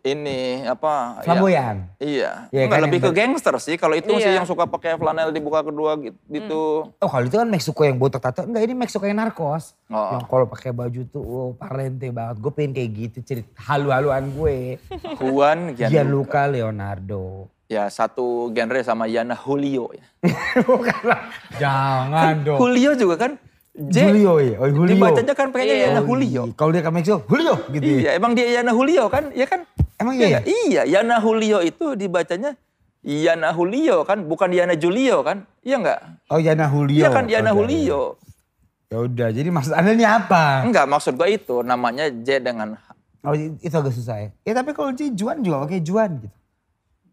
ini apa? ya-
Flamboyan.
Iya,
Iya,
enggak
kan,
lebih
yang
ke gangster sih. Kalau itu sih
Iya. Hmm.
yang suka pakai flanel dibuka kedua gitu.
Oh kalau itu kan Meksiko yang botak tato, enggak ini Meksiko yang narkos.
Oh.
Yang kalau pakai baju tuh, wow, parlente banget. Gue pengen kayak gitu cerita halu-haluan gue.
Juan Gianluca.
Gianluca Leonardo.
Ya satu genre sama Yana Julio ya.
Bukan lah. Jangan dong.
Julio juga kan J.
Julio ya, oh, Julio.
Dibacanya kan pengennya
Iya.
Yana Julio.
Kalau dia ke Meksiko, Julio gitu ya.
Iya, emang dia Yana Julio kan? Iya kan?
Emang iya ya?
nggak? Iya, Yana Julio itu dibacanya Yana Julio kan, bukan Yana Julio kan? Iya enggak?
Oh Yana Julio.
Iya kan Yana
Oke.
Julio.
Ya udah, jadi maksud Anda ini apa?
Enggak, maksud gua itu namanya J dengan H.
Oh, itu agak susah ya. Ya tapi kalau Ji Juan juga oke Juan gitu.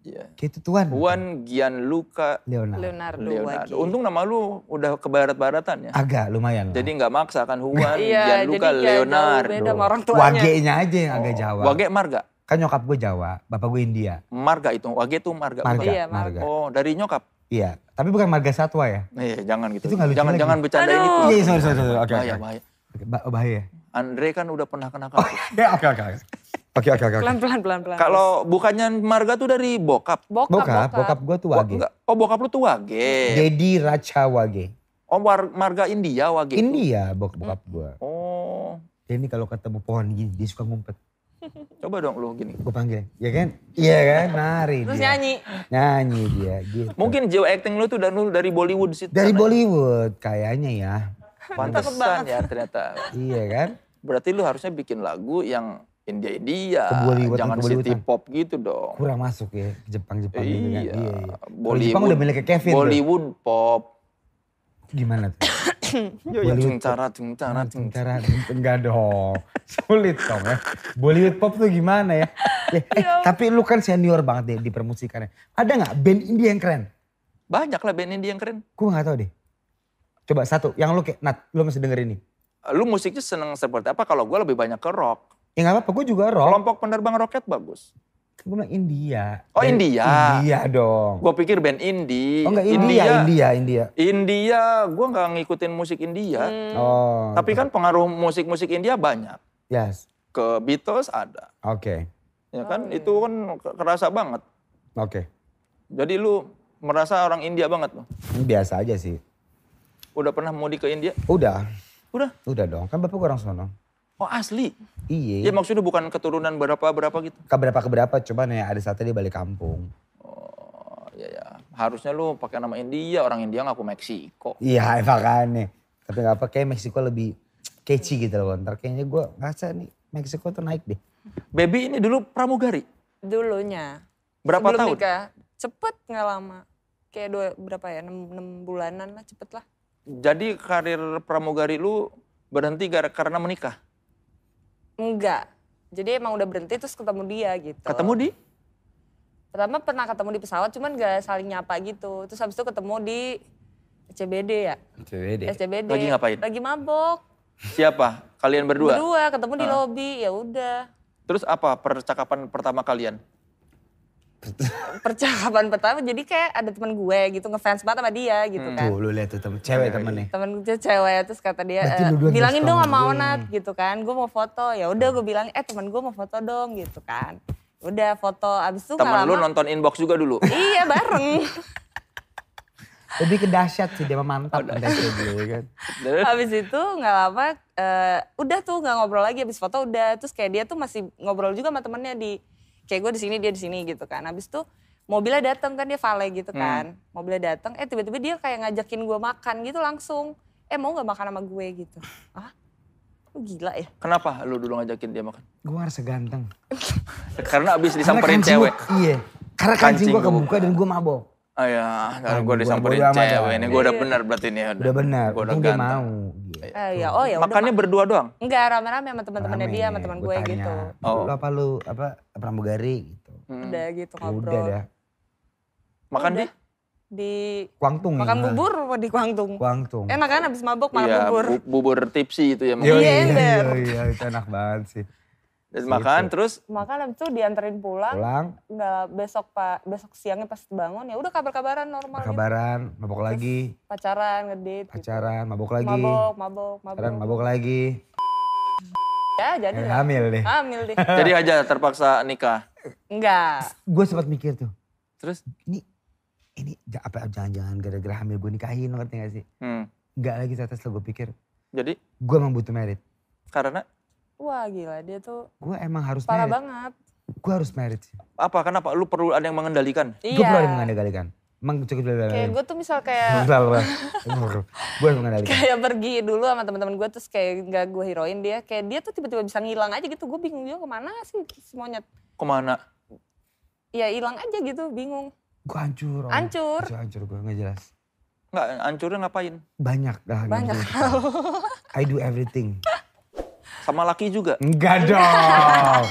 Iya.
Kayak itu Tuan.
Juan Gianluca
Leonardo.
Leonardo,
Leonardo.
lagi.
Untung nama lu udah ke barat-baratan ya.
Agak lumayan lah.
Jadi nggak maksa kan Juan Gianluca
Iya, jadi kayak jauh
Leonardo.
beda sama orang tuanya.
Wagenya aja yang agak Jawa.
Wage Marga.
Kan nyokap gue Jawa, bapak gue India.
Marga itu, Wage itu Marga.
Marga,
Iya,
marga.
Oh, dari nyokap.
Iya, tapi bukan marga satwa ya.
Eh, jangan gitu.
Itu nggak lucu
jangan
lagi.
jangan bercandain
Aduh.
itu.
Iya, iya, sorry, sorry, sorry. Oke,
bahaya,
oke.
bahaya.
Oke, ba- oh, bahaya.
Andre kan udah pernah kena kasus.
Ya, [laughs] oke, oke. oke. Oke, oke, oke. oke.
Pelan-pelan, pelan-pelan.
Kalau bukannya Marga tuh dari bokap.
bokap,
Bokap, bokap gue tuh
Wah,
Wage.
enggak. Oh, bokap lu tuh Wage.
Dedi Raca Wage.
Oh, war- marga India wage. itu?
India bok bokap gue.
Oh,
Dia ini kalau ketemu pohon gini dia suka ngumpet.
coba dong lu gini.
Gue panggilin, ya kan? Iya kan? Nari
Terus
dia.
nyanyi.
Nyanyi dia gitu.
Mungkin jiwa acting lu tuh dan lu dari Bollywood situ.
Dari
kan?
Bollywood kayaknya ya.
Mantap
Pantesan
banget.
ya ternyata.
Iya kan?
Berarti lu harusnya bikin lagu yang India India,
Ke Bollywood,
jangan
ke Bollywoodan.
city pop gitu dong.
Kurang masuk ya ke Jepang-Jepang gitu kan.
Iya.
Kalau Jepang udah milik Kevin. tuh.
Bollywood pop.
Gimana tuh?
Bollywood cara cung
Nah,
cara cung cara.
Cara [laughs] enggak dong. Sulit dong ya. Bollywood pop tuh gimana ya? Ya, eh, tapi lu kan senior banget deh di permusikannya. Ada nggak band India yang keren?
Banyak lah band India yang keren.
Gue nggak tahu deh. Coba satu, yang lu kayak, Nat, lu masih denger ini.
Lu musiknya seneng seperti apa? Kalau gue lebih banyak ke rock.
Ya nggak apa-apa, gue juga rock.
Kelompok penerbang roket bagus.
Gue bilang India.
Oh,
Band
India.
India dong.
Gue pikir band indie.
Oh enggak, India, India, India.
India, gue nggak ngikutin musik India.
Hmm.
Oh.
Tapi kan pengaruh musik-musik India banyak.
Yes,
Ke Beatles ada.
oke.
Ya kan,
Oh, iya.
itu kan ke- kerasa banget.
Oke.
Jadi lu merasa orang India banget loh.
Ini Biasa aja sih.
Udah pernah mudik ke India?
Udah,
Udah.
udah dong. Kan bapak gue orang sono.
Oh asli? Ya
Iya.
maksudnya bukan keturunan berapa-berapa gitu?
Keberapa keberapa, cuman ya ada saatnya dia balik kampung.
Oh iya ya. Harusnya lu pakai nama India, orang India ngaku Meksiko.
Iya [laughs] makanya. Tapi gak apa, kayak Meksiko lebih catchy gitu loh. Ntar kayaknya gue ngerasa nih Meksiko tuh naik deh.
Baby ini dulu pramugari.
Dulunya.
Berapa
Sebelum
tahun?
nikah. Cepet nggak lama. Kayak dua, berapa ya, 6, bulanan lah cepet lah.
Jadi karir pramugari lu berhenti gara- karena menikah.
Enggak. Jadi emang udah berhenti terus ketemu dia gitu.
Ketemu di?
Pertama pernah ketemu di pesawat cuman gak saling nyapa gitu. Terus habis itu ketemu di CBD ya. SCBD.
Iya. Lagi ngapain?
Lagi mabok.
Siapa? Kalian berdua? Ah.
Berdua ketemu di lobi. Ya udah.
Terus apa percakapan pertama kalian?
Percakapan pertama jadi kayak ada teman gue gitu ngefans banget sama dia gitu
Hmm.
kan.
Tuh lu lihat tuh temen, cewek
Iya,
temennya.
Temen gue cewek terus kata dia
Berarti
"Eh,
lu duluan
bilangin
ngasih
dong
tau
sama
gue."
Onat gitu kan. Gue mau foto. Ya udah gue bilang eh teman gue mau foto dong gitu kan. Udah foto abis itu
Teman
nggak
lu
lama.
nonton inbox juga dulu.
[laughs] Iya bareng.
Lebih ke dahsyat sih dia mah
Oh,
mantap. pendeknya dia, ya kan.
Habis itu nggak lama eh, udah tuh nggak ngobrol lagi habis foto udah terus kayak dia tuh masih ngobrol juga sama temennya di kayak gue di sini dia di sini gitu kan habis itu mobilnya datang kan dia vale gitu
Hmm.
kan mobilnya datang eh tiba-tiba dia kayak ngajakin gue makan gitu langsung eh mau nggak makan sama gue gitu ah lu gila ya
Kenapa lu dulu ngajakin dia makan?
Gue ngerasa ganteng.
Karena abis
Karena
disamperin
kancing
cewek. Ah,
gua- iya. Karena kancing,
Kancing
gua
gua
kebuka
buka.
dan gue mabok.
Ayah, kalau
Kan
gue
gua
iya. disamperin
bodo amat
cewek
ya.
ini, gue udah
Iya.
benar berarti ini.
Udah benar,
Gue udah
untung dia
ganteng.
mau. Iya.
eh, ya oh ya udah
Makannya berdua doang?
ma- enggak rame-rame sama teman-temannya
Rame,
dia sama teman gue
tanya,
gitu
Oh.
Lu apa lu, apa, pramugari gitu.
Hmm.
udah gitu
Ya
ngobrol
Udah dah,
Makan di?
di
kuangtung
makan
ya.
bubur apa di Kuangtung
Kuangtung.
enak kan habis mabok makan
Iya,
bubur
bu- bubur tipsi itu ya.
Iya,
makan.
iya,
ember.
iya, iya, itu enak banget sih.
Terus makan,
Gitu.
terus
makan habis itu dianterin pulang
Pulang,
nggak besok pak besok siangnya pas bangun ya udah kabar-kabaran normal gitu.
kabaran, mabok lagi,
pacaran ngedate gitu.
pacaran, mabok lagi,
mabok mabok mabok
pacaran, mabok lagi.
ya jadi
Eh,
nggak-
hamil deh.
hamil
[laughs]
deh
Eh.
jadi aja terpaksa nikah.
enggak
Gue sempat mikir tuh,
Terus,
ini ini ja- apa jangan-jangan gara-gara hamil gue nikahin lo ngerti gak sih?
hmm.
Enggak lagi tetes lo gue pikir,
jadi
gue emang butuh merit.
karena
wah gila dia tuh
Gue emang harus
parah
merit.
banget
Gue harus merit sih.
apa? Kenapa? Lu perlu ada yang mengendalikan?
Gue perlu ada yang
iya
mengendalikan. Emang cukup dari Hmm.
kayak gue tuh misal
[laughs]
kayak
Gue harus mengendalikan.
kayak pergi dulu sama teman-teman gue terus kayak nggak gue heroin dia kayak dia tuh tiba-tiba bisa ngilang aja gitu gue bingung dia kemana sih si monyet
Kemana?
ya hilang aja gitu bingung
Gue hancur. Om.
Hancur.
Hancur, hancur gue nggak jelas.
Nggak, hancurnya ngapain?
Banyak dah. nggak
Banyak
bisa dicerita. I do everything.
Sama laki juga.
Enggak dong.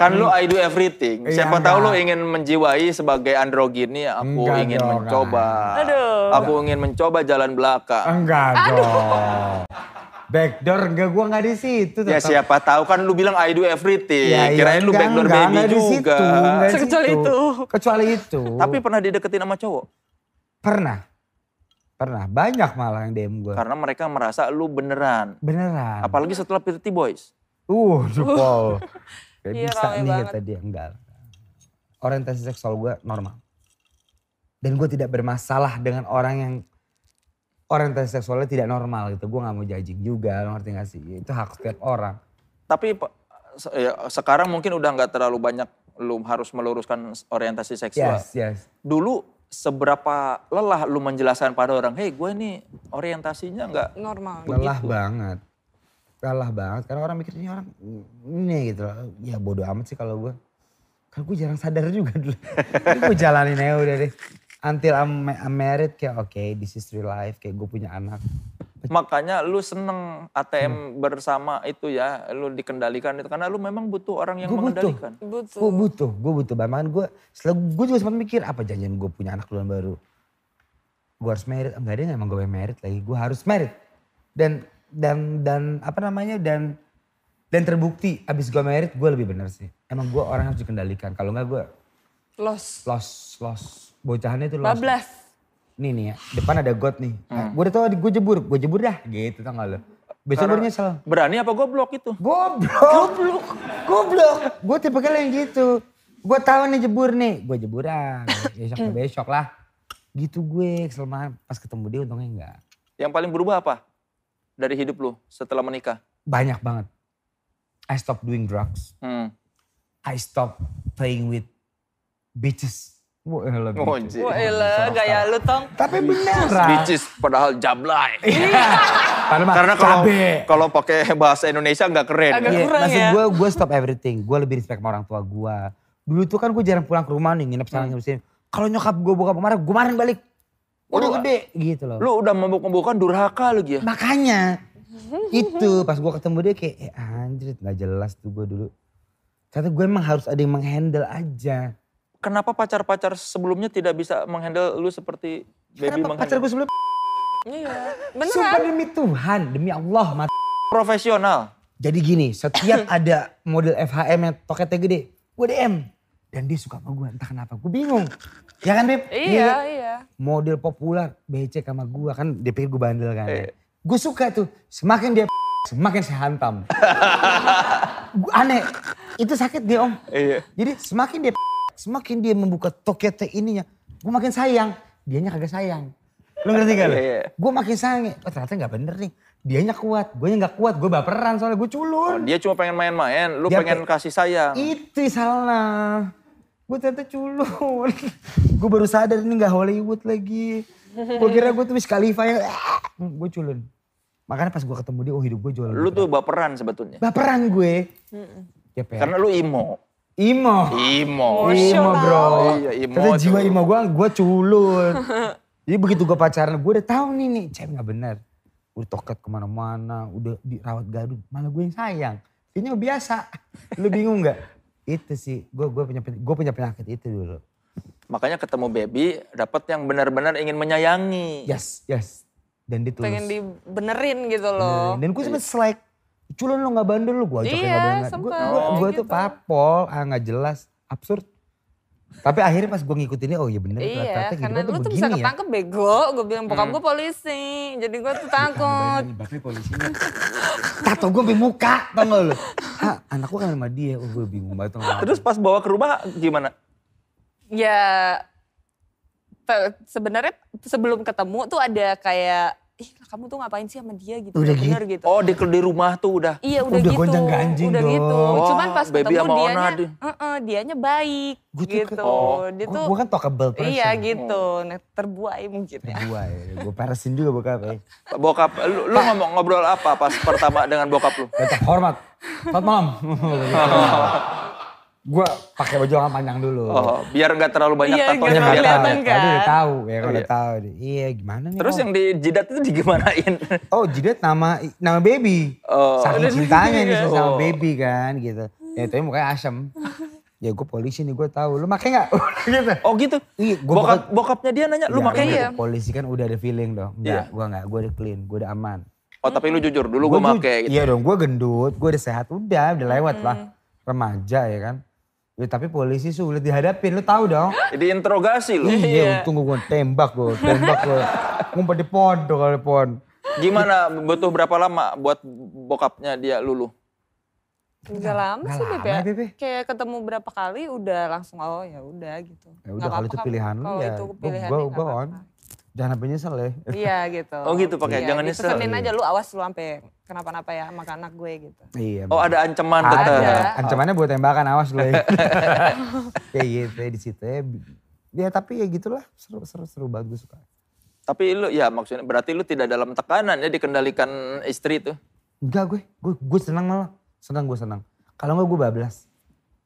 Kan lu I do everything.
Iya,
Siapa tahu lu
enggak.
ingin menjiwai sebagai androgini, aku
Enggak
ingin
dong,
mencoba.
Aduh.
Aku ingin mencoba jalan belakang.
Enggak dong. Backdoor enggak gua enggak di situ
Ya
tetap.
siapa tahu kan lu bilang I do everything.
Ya, iya,
Kirain lu
enggak,
backdoor
enggak,
baby
enggak di situ,
juga.
enggak di
Kecuali
situ.
itu.
Kecuali itu.
Tapi pernah dideketin sama cowok?
pernah. Pernah banyak malah yang DM gua.
Karena mereka merasa lu beneran.
Beneran.
Apalagi setelah Pretty Boys.
Uh, jupol. [laughs] Kayak
Iya,
bisa
rame
nih ya
banget.
tadi enggak. Orientasi seksual gua normal. Dan gue tidak bermasalah dengan orang yang orientasi seksualnya tidak normal gitu. Gue nggak mau judging juga, lo ngerti gak sih? Itu hak setiap orang.
Tapi Pak, se- ya, sekarang mungkin udah nggak terlalu banyak lu harus meluruskan orientasi seksual.
Yes, yes.
Dulu seberapa lelah lu menjelaskan pada orang, hei gue ini orientasinya nggak
normal.
Lelah banget. Lelah banget karena orang mikirnya orang ini gitu loh. Ya bodo amat sih kalau gue. Kan gue jarang sadar juga [laughs] dulu. gue jalanin aja udah deh. Until I'm, ma- I'm married kayak oke this is real life. Kayak gue punya anak.
Makanya lu seneng
Hmm.
ATM bersama itu ya, lu dikendalikan itu karena lu memang butuh orang yang
Gua butuh.
mengendalikan.
Gue
Butuh.
butuh, gue butuh banget. Makanya gue, selalu gue juga sempat mikir apa janjian gue punya anak duluan baru. Gue harus married, enggak ada yang emang gue married lagi. Gue harus married. Dan dan dan apa namanya dan dan terbukti abis gue married gue lebih bener sih. Emang gue orang yang harus dikendalikan. Kalau enggak gue
Los.
los los bocahannya itu los.
Bablas.
Nih nih ya, depan ada God nih. Gue udah tau gue jebur, gue jebur dah gitu tau gak lo. Besok gue nyesel.
Berani apa goblok itu?
Goblok. Goblok. Goblok. Gue tipe yang gitu. Gue tahu nih jebur nih. Gue jeburan. Besok ke besok lah. Gitu gue selama pas ketemu dia untungnya enggak.
Yang paling berubah apa? Dari hidup lu setelah menikah.
Banyak banget. I stop doing drugs.
Hmm.
I stop playing with bitches. Wah, elah,
Oh,
bitches.
anjing.
Wah elah, gaya lu tong.
Tapi beneran.
Bitches padahal jablay.
Padahal mah
Karena kalau
Iya, cabe.
kalau pakai bahasa Indonesia nggak keren. ya.
Agak-
Iya,
kurang
maksud
ya.
gue, gue stop everything. Gue lebih respect sama orang tua gue. Dulu tuh kan gue jarang pulang ke rumah nih, nginep sana nginep sini. Kalau nyokap gue buka marah, gue marah balik. Udah
Waduh.
gede gitu loh.
Lu udah mabuk-mabukan durhaka lagi ya.
Makanya [laughs] itu pas gue ketemu dia kayak eh anjir nggak jelas tuh gue dulu. Kata gue emang harus ada yang menghandle aja.
Kenapa pacar-pacar sebelumnya tidak bisa menghandle lu seperti baby
Kenapa
menghandle?
pacar gue sebelum
Iya.
sumpah
Beneran.
demi Tuhan, demi Allah mat.
Profesional.
Jadi gini, [coughs] setiap ada model FHM yang toketnya gede, gue DM. Dan dia suka sama gue, entah kenapa. Gue bingung. Ya kan, Beb?
Iya,
kan?
iya.
model populer becek sama gua kan dia pikir gue bandel kan
Iya.
ya. Gue suka tuh semakin dia semakin saya
[laughs]
hantam. Gua aneh itu sakit dia om.
Iya.
Jadi semakin dia semakin dia membuka tokete ininya gue makin sayang dianya kagak sayang. Lu ngerti gak lu?
Iya, iya.
Gue makin sayang ya. Oh, ternyata gak bener nih. Dianya kuat, gue gak kuat. Gue baperan soalnya gue culun.
Oh, Dia cuma pengen main-main, lu
Dia
pengen
pe-
kasih sayang.
Itu salah. Gue ternyata culun. [laughs] gue baru sadar ini gak Hollywood lagi. Gue kira gue tuh Wiz Khalifa yang... gue culun. Makanya pas gue ketemu dia, oh hidup gue jualan.
Lu tuh baperan sebetulnya.
Baperan gue. Ya per.
Karena lu imo.
Imo.
Imo.
Imo bro.
Iya, imo
Ternyata jiwa
tuh.
imo gue, gue culun. [laughs] Jadi begitu gue pacaran, gue udah tahu nih nih, cewek gak bener. Udah toket kemana-mana, udah dirawat gaduh. Malah gue yang sayang. Ini mah biasa. Lu bingung
[laughs]
gak? itu sih, gue gue punya pen- gue punya penyakit itu dulu.
Makanya ketemu baby dapat yang benar-benar ingin menyayangi.
Yes, yes. Dan dia tulus.
Iya. Pengen dibenerin gitu loh.
Benerin. Dan gue sempet selek, culun lu gak bandel lu, gue ajakin gak
Iya,
bandel. Gue
sempet
gue gue tuh
gitu.
papol, ah gak jelas, absurd. Tapi akhirnya pas gue ngikutinnya, oh iya bener.
Iya,
ternyata
karena
kehidupan tuh
lu tuh bisa
begini ya. Hmm.
ketangkep bego. Gue bilang bokap gue polisi, jadi gue tuh takut.
Tapi polisinya. [laughs] Tato gue di muka, tau gak lu? Ah, anak gue kan sama dia, oh, gue bingung banget. sama
Terus pas bawa ke rumah gimana?
ya te- sebenarnya sebelum ketemu tuh ada kayak, ih kamu tuh ngapain sih sama dia gitu?
Udah Oh,
Nggak bener gitu.
Oh, di di rumah tuh udah.
Iya udah,
Udah
gitu.
gonjang-ganjing
udah
dong.
gitu.
Wah,
Cuman pas
baby
ketemu
sama
dianya,
Ona tuh.
eh, dianya baik
Gua tuh
gitu.
ke-
Oh,
Dia
Gue
tuh
gue kan talkable person.
iya gitu, Nah, terbuai mungkin ya.
Gue ya, gue peresin juga bokap ya.
Bokap lu, lu ngomong ngobrol apa pas pertama dengan bokap lu?
Tetap hormat. Selamat malam. gue pakai baju lengan panjang dulu.
Oh, biar nggak terlalu banyak
Iya,
tato
Iya,
biar
yang
nggak
kelihatan.
kelihatan.
Tadi udah
kan?
tahu ya, kalau
Oh,
udah
iya.
tahu. Iya, gimana nih?
Terus
Om?
yang di jidat itu digimanain? [laughs]
Oh jidat nama nama baby.
Oh.
Saking
Udah
cintanya nih
dibeli,
saya sama
Oh.
baby kan gitu. Ya tapi mukanya asem. Ya gue polisi nih gue tahu. Lu pakai nggak? [laughs] gitu.
Oh gitu.
Iya, gua
Bokap bokapnya dia nanya, "Lu
Ya,
makanya?"
udah,
iya.
Polisi kan udah ada feeling dong. Enggak, gue nggak. Gue udah clean, gue udah aman.
Oh, tapi lu jujur dulu gue
Gua ju-
make gitu.
Iya dong, gue gendut, gue udah sehat, udah, udah lewat lah. Remaja ya kan. Ya, tapi polisi sulit dihadapin, lu tahu dong.
[gasps]
Jadi interogasi lu.
Iya, untung gue tembak gue, tembak
[laughs]
gue. Ngumpet di pon, tuh kalau di pon.
Gimana butuh berapa lama buat bokapnya dia lulu?
Gak lama
Nggak
sih
lama,
Beb ya.
Beb, ya.
Kayak ketemu berapa kali udah langsung oh ya udah gitu.
Ya udah
Nggak
kalau
apa-apa
itu
kamu-
pilihan lu
kalau
ya.
itu
Gua-
pilihan
gua-
lu nggak
gua
apa-apa.
on. Jangan sampai nyesel
[laughs]
ya.
Iya gitu.
Oh, gitu, pakai,
Iya,
jangan
gitu.
nyesel.
Senin aja lu awas lu sampai kenapa-napa ya sama anak gue gitu.
Iya.
Oh ada ancaman tetap.
Ada.
Ada. ya. Ancamannya buat tembakan awas lu.
[laughs]
ya. Kayak gitu ya di situ ya. Ya tapi ya gitulah seru seru seru bagus suka.
Tapi lu ya maksudnya berarti lu tidak dalam tekanan ya dikendalikan istri itu.
Enggak gue, gue gue senang malah. Senang gue senang. Kalau enggak gue bablas.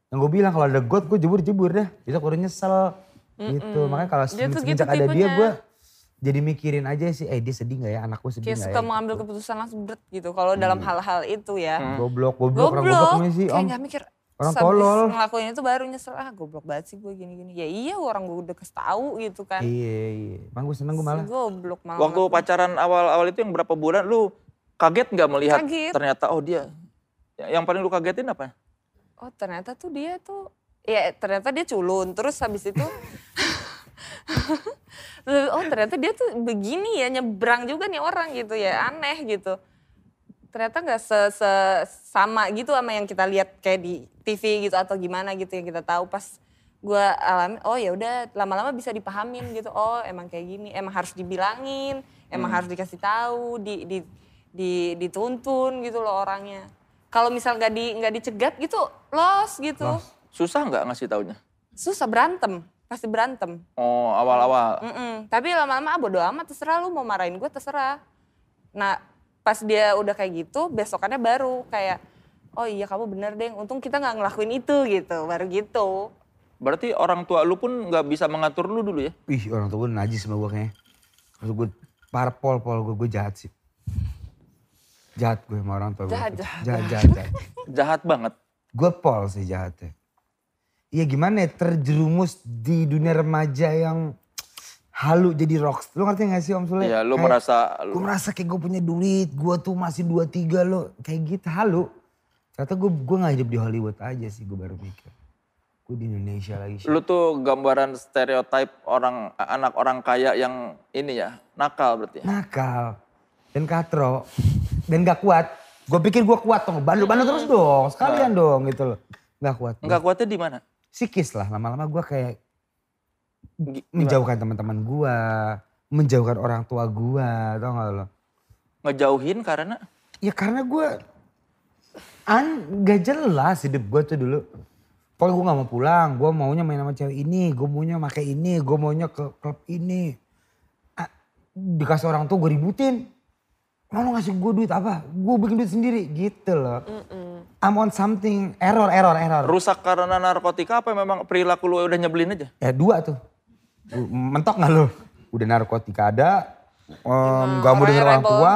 Yang gue bilang kalau ada God gue jebur-jebur dah. Besok udah nyesel. Gitu. Makanya kalau
Dia tuh
semenjak
gitu
ada dia
tipenya.
gue jadi mikirin aja sih, eh dia sedih gak ya, anak gue sedih
Kayak
gak
suka
ya.
mengambil keputusan langsung bret gitu kalau dalam hal-hal itu
Hmm.
ya.
Gitu. Goblok, goblok, orang Hmm. goblok
Goblok,
namanya sih
kayak
om.
gak mikir.
Orang
terus abis
tolol.
Ngelakuin itu baru nyesel, ah goblok banget sih gue gini-gini. Ya iya orang gue udah kasih tahu gitu kan.
Iya, iya. Emang gue seneng gue malah.
Si Goblok malah.
Waktu pacaran awal-awal itu yang berapa bulan lu kaget nggak melihat
Kaget.
ternyata oh dia. Ya, Yang paling lu kagetin apa?
Oh ternyata tuh dia tuh, ya ternyata dia culun. Terus habis itu, [laughs] Terus, oh ternyata dia tuh begini ya nyebrang juga nih orang gitu ya aneh gitu. Ternyata nggak se- se- sama gitu sama yang kita lihat kayak di TV gitu atau gimana gitu yang kita tahu pas gua alami oh ya udah lama-lama bisa dipahamin gitu oh emang kayak gini emang harus dibilangin emang harus dikasih tahu di, di di dituntun gitu loh orangnya kalau misal nggak di nggak dicegat gitu los gitu
Susah nggak ngasih taunya?
susah berantem pasti berantem
Oh awal-awal.
Mm-mm. Tapi lama-lama ah bodo amat terserah lu mau marahin gue terserah. Nah pas dia udah kayak gitu besokannya baru kayak oh iya kamu bener deh untung kita nggak ngelakuin itu gitu baru gitu.
Berarti orang tua lu pun nggak bisa mengatur lu dulu ya?
Ih orang tua gue najis sama gue kayaknya. Terus gue parpol pol gue, gue jahat sih. Jahat gue sama orang tua gue.
Jahat, jahat.
jahat, jahat, jahat.
Jahat banget.
Gue pol sih jahatnya. Iya gimana ya terjerumus di dunia remaja yang halu jadi rocks. Lu ngerti gak sih Om Sule?
Iya, lu
Kayak-
merasa
Gue merasa kayak gue punya duit, gue tuh masih 2-3 lo. Kayak gitu, halu. Ternyata gue gue gak hidup di Hollywood aja sih gue baru mikir. Gue di Indonesia lagi. Shay.
lu tuh gambaran stereotip orang anak orang kaya yang ini ya, nakal berarti. ya?
nakal dan katro dan gak kuat. Gue pikir gue kuat dong, bandel-bandel terus dong, sekalian dong gitu loh. Gak kuat. gua.
Nah. Nggak kuatnya di mana?
Sikis lah, lama-lama gue kayak
Gi-
menjauhkan teman-teman gue, menjauhkan orang tua gue, tau gak lo?
Ngejauhin karena
Ya karena gue an gak jelas hidup gue tuh dulu. Pokoknya gue gak mau pulang, gue maunya main sama cewek ini, gue maunya pakai ini, gue maunya ke klub ini. Ah, dikasih orang tuh gue ributin. Mau lu ngasih gue duit apa? Gue bikin duit sendiri gitu loh. I'm on something, error, error, error.
rusak karena narkotika apa memang perilaku lu udah nyebelin aja?
Ya dua tuh. Lu Mentok gak lo? Udah narkotika ada, em, gak mau denger orang
rebel.
tua,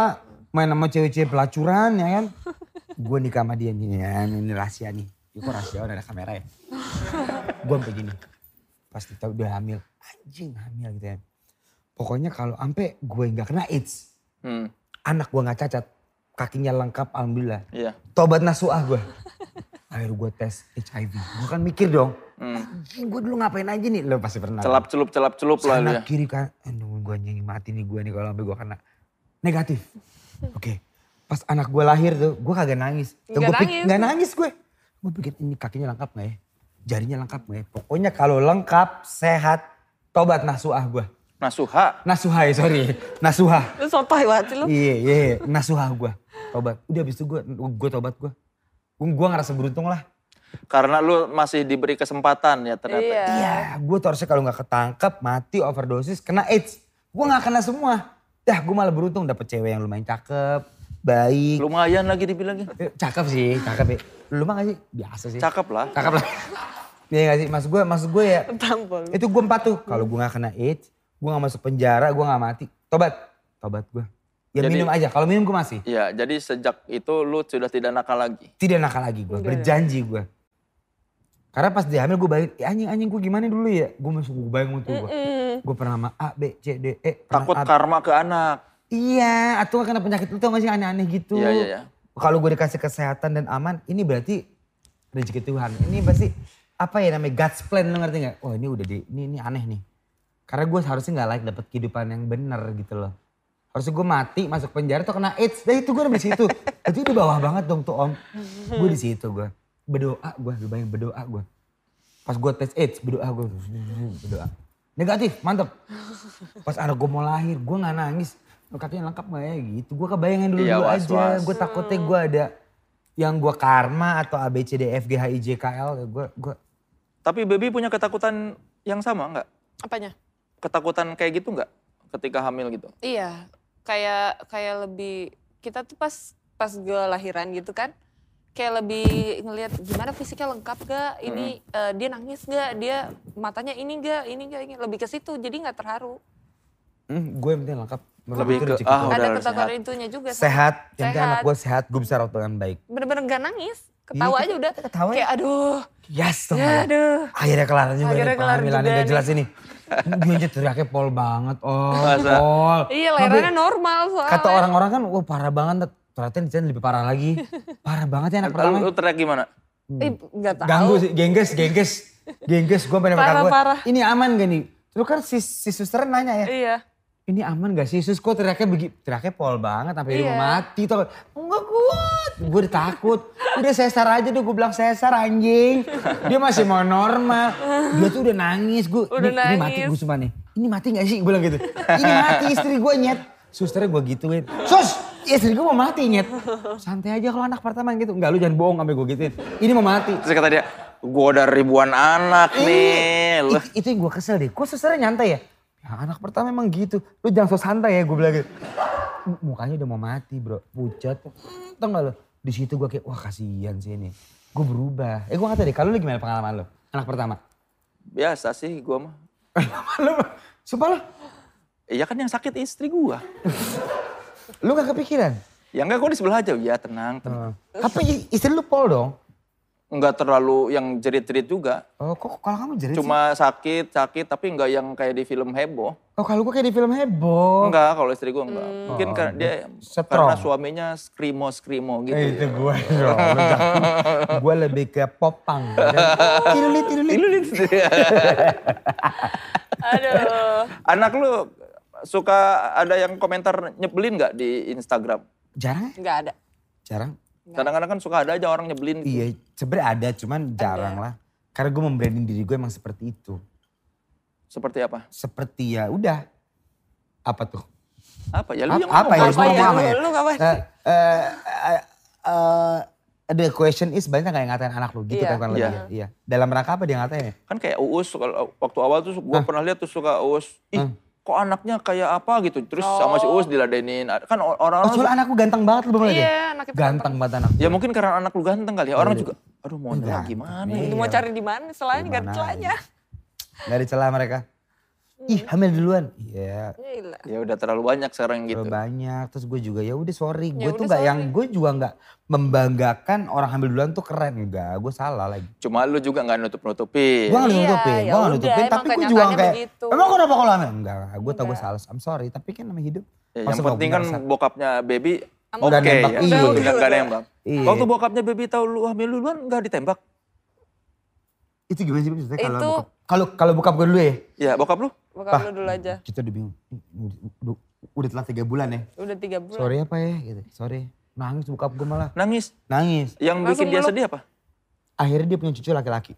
main sama cewek-cewek pelacuran ya kan. Gue nikah sama dia nih, ya, ini rahasia nih. Ya, kok rahasia udah ada kamera ya. Gue sampai gini, pas kita udah hamil, anjing hamil gitu ya. Pokoknya kalau ampe gue nggak kena AIDS,
Hmm,
anak gue nggak cacat, kakinya lengkap alhamdulillah.
iya.
Tobat nasuah gue. Akhirnya gue tes HIV. Gue kan mikir dong,
Hmm.
anjing gue dulu ngapain aja nih. Lo pasti pernah.
Celap celup celap celup lah lu
Sana
ya.
kiri kan, aduh gue anjing mati nih gue nih kalau sampai gue kena negatif. Oke, pas anak gue lahir tuh, gue kagak nangis. Dan
Nggak
gua pik-
nangis.
nggak nangis gue. Gue pikir ini kakinya lengkap gak ya? Jarinya lengkap gak ya? Pokoknya kalau lengkap, sehat, tobat nasuah gue.
Nah, Nasuha.
Nasuha ya, sorry. Nasuha.
Lu sotoy banget sih lu.
Iya, iya, iya. nasuha gue. Tobat. Udah abis itu gue, gue tobat gue. Gue ngerasa beruntung lah.
Karena lu masih diberi kesempatan ya ternyata.
Iya.
Iya, gue tuh harusnya kalau nggak ketangkep, mati, overdosis, kena AIDS. Gue nggak kena semua. Dah, gue malah beruntung dapet cewek yang lumayan cakep, baik.
Lumayan lagi dibilangin.
Eh, Cakep sih, cakep ya. Lu mah nggak sih? Biasa sih.
Cakep lah.
Cakep lah. Iya nggak sih? Maksud gue, maksud gue ya,
Tampol.
itu gue empat tuh. Kalau gue nggak kena AIDS, gue nggak masuk penjara, gue nggak mati. Tobat, tobat gue. Ya
Jadi-
minum aja, kalau minum gue masih.
Iya, jadi sejak itu lu sudah tidak nakal lagi.
Tidak nakal lagi
Iya.
gue, berjanji gue. Karena pas dia hamil gue bayangin, "Ya, anjing-anjing gue gimana dulu ya? Gue masuk gue bayangin tuh gue. Gue pernah sama A, B, C, D, E. pernah
Takut
A,
karma ke anak.
Iya, atau kena penyakit itu masih aneh-aneh gitu.
Iya, iya, iya.
Kalau gue dikasih kesehatan dan aman, ini berarti rezeki Tuhan. Ini pasti apa ya namanya God's plan, lo ngerti nggak? Oh ini udah di, ini, ini aneh nih. Karena gue seharusnya nggak layak dapat kehidupan yang bener gitu loh. Harusnya gue mati, masuk penjara atau kena AIDS. Nah itu gue udah di situ. itu di bawah banget dong tuh om. Gue di situ gue. Berdoa gue, lu bayangin berdoa gue. Pas gue tes AIDS, berdoa gue. Berdoa. Ini Negatif, mantep. Pas anak gue mau lahir, gue gak nangis. "Lo Kakinya lengkap gak ya gitu. Gue kebayangin dulu,
Iya,
dulu aja.
was-was.
Gue takutnya gue ada yang gue karma atau E ABCDFGHIJKL. Gue, gue
Tapi baby punya ketakutan yang sama nggak?
Apanya?
Ketakutan kayak gitu nggak ketika hamil gitu?
Iya, kayak kayak lebih kita tuh pas pas gue lahiran gitu kan, kayak lebih ngelihat gimana fisiknya lengkap gak, ini eh, dia nangis gak, dia matanya ini gak, ini gak, ini lebih ke situ, jadi nggak terharu.
hmm, gue yang penting lengkap. Menurut
Lebih
gue
ke-
rezeki
ah,
gue.
udah
Ada
harus
ketakutan itunya juga. sama.
sehat. Yang penting anak
Sehat.
gue sehat, gue bisa rawat dengan baik.
Bener-bener gak nangis, ketawa
Iya,
aja udah.
Ketawa ya?
Kayak aduh,
Yes,
ya
teman.
aduh.
Akhirnya kelar juga
Akhirnya
nih
kelar
kehamilan
juga
gak
nih.
jelas ini. Dia aja teriaknya pol banget, oh,
Masa?
pol.
Iya
Tapi
lahirannya normal soalnya.
Kata orang-orang kan, wah parah banget. Ternyata di sana lebih parah
[laughs]
lagi. Parah banget ya anak pertama. Hmm.
Lu, lu teriak gimana?
Eh, gak tahu.
Ganggu sih, gengges,
[laughs]
gengges. Gengges, gue pengen
Parah,
gue.
parah.
Ini aman gak nih? Terus kan si, si susternya nanya ya,
Iya.
ini aman gak sih sus? Kok teriaknya begitu? Teriaknya pol banget, sampai dia
Iya.
mau mati. Tau. Enggak kuat. Gue udah takut. Udah sesar aja deh, gue bilang sesar anjing. Dia masih mau normal. Dia tuh udah nangis. Gue,
Udah
ini, ini mati
nangis.
gue sumpah nih. Ini mati gak sih? Gue bilang gitu. Ini mati istri gue nyet. Susternya gue gituin. Sus! Istri gue mau mati nyet. Santai aja kalau anak pertama gitu. Enggak lu jangan bohong sampai gue gituin. Ini mau mati.
Terus kata dia, gua udah ribuan anak nih.
Ih,
Lu,
Iya, Itu, itu yang gue kesel deh. Kok susternya nyantai ya? Ya anak pertama emang gitu. Lu jangan so santai ya gue bilang gitu. M- Mukanya udah mau mati bro. Pucat. Hmm, Tau gak lo? Di situ gue kayak wah kasihan sih ini. Gue berubah. Eh gue gak tau deh kalau lu gimana pengalaman lo? Anak pertama. [laughs]
biasa sih gua mah.
lu sumpah lo.
Iya kan yang sakit istri gua.
Lu gak kepikiran?
Ya enggak, gua di sebelah aja. Ya tenang, tenang.
Tapi i- istri lu pol dong.
Enggak terlalu yang jerit-jerit juga.
Oh kok kalau kamu jerit sih?
Cuma sakit, sakit tapi enggak yang kayak di film heboh.
Oh kalau gue kayak di film heboh.
Enggak, kalau istri gua enggak. Mungkin
Oh,
karena dia
strong.
karena suaminya skrimo-skrimo gitu.
Eh, itu gue [laughs] dong. gue lebih ke
[laughs]
popang. Tirulit, tirulit.
Lu lihat sendiri.
Aduh.
[laughs] Anak lu suka ada yang komentar nyebelin nggak di Instagram?
Jarang ya?
Gak ada.
Jarang.
Kadang-kadang kan suka ada aja orang nyebelin. gitu.
Iya, sebenernya ada, cuman jarang lah. Karena gue membranding diri gue emang seperti itu.
Seperti apa?
Seperti ya udah. Apa tuh?
Apa ya lu yang
Apa, apa ya?
ngomong.
Apa
Gua
ya?
ngomong apa ya?
Lu- lu ngapain?
Eh, eh, eh, eh, the question is banyak gak yang ngatain anak lu gitu
Iya.
kan kurang lebih
Iya.
ya? Iya. Dalam rangka apa dia ngatain ya?
Kan kayak Uus kalau waktu awal tuh gue pernah lihat tuh suka Uus. Ih, kok anaknya kayak apa gitu. Terus sama si Uus diladenin. Kan o-
Oh,
orang-orang
soalnya anak lu ganteng banget lu boleh
Iya, anak itu
Ganteng banget anak.
ya mungkin karena anak lu ganteng kali ya. Orang juga aduh mau nyelam gimana.
Iya.
Mau cari di mana selain gak ada
Dimana
celahnya.
Gak ada celah mereka. Ih, hamil duluan. Iya.
Gila.
Ya udah terlalu banyak sekarang gitu.
Terlalu banyak terus gue juga ya udah sorry gue
Ya
tuh
udah,
nggak yang
sorry.
gue juga nggak membanggakan orang hamil duluan tuh keren enggak gue salah lagi
Cuma lu juga nggak nutup-nutupin.
gue nggak nutupin
Iya,
gue
ya
nggak
udah,
nutupin
emang gitu.
tapi gue juga
kenyataannya
kayak
begitu.
emang kenapa kalau hamil enggak gue tau gue salah I'm sorry tapi kan namanya hidup
Ya,
Masa
yang penting
gua
kan
ngerasa-
bokapnya baby
Aman.
oke
Udah nembak,
ya.
iya.
Udah nggak nembak.
Iya.
Waktu bokapnya baby tahu lu hamil duluan nggak ditembak.
itu gimana sih maksudnya kalau
Itu-
bokap- kalau kalau buka gue dulu ya
Ya bokap lu?
Bukan
Pah.
lu dulu aja.
kita udah bingung udah, udah, udah telat tiga bulan ya
Udah tiga bulan.
sorry apa ya gitu sorry nangis buka gue malah
Nangis.
nangis
Yang bikin
Langsung
dia
meluk.
sedih apa?
akhirnya dia punya cucu laki-laki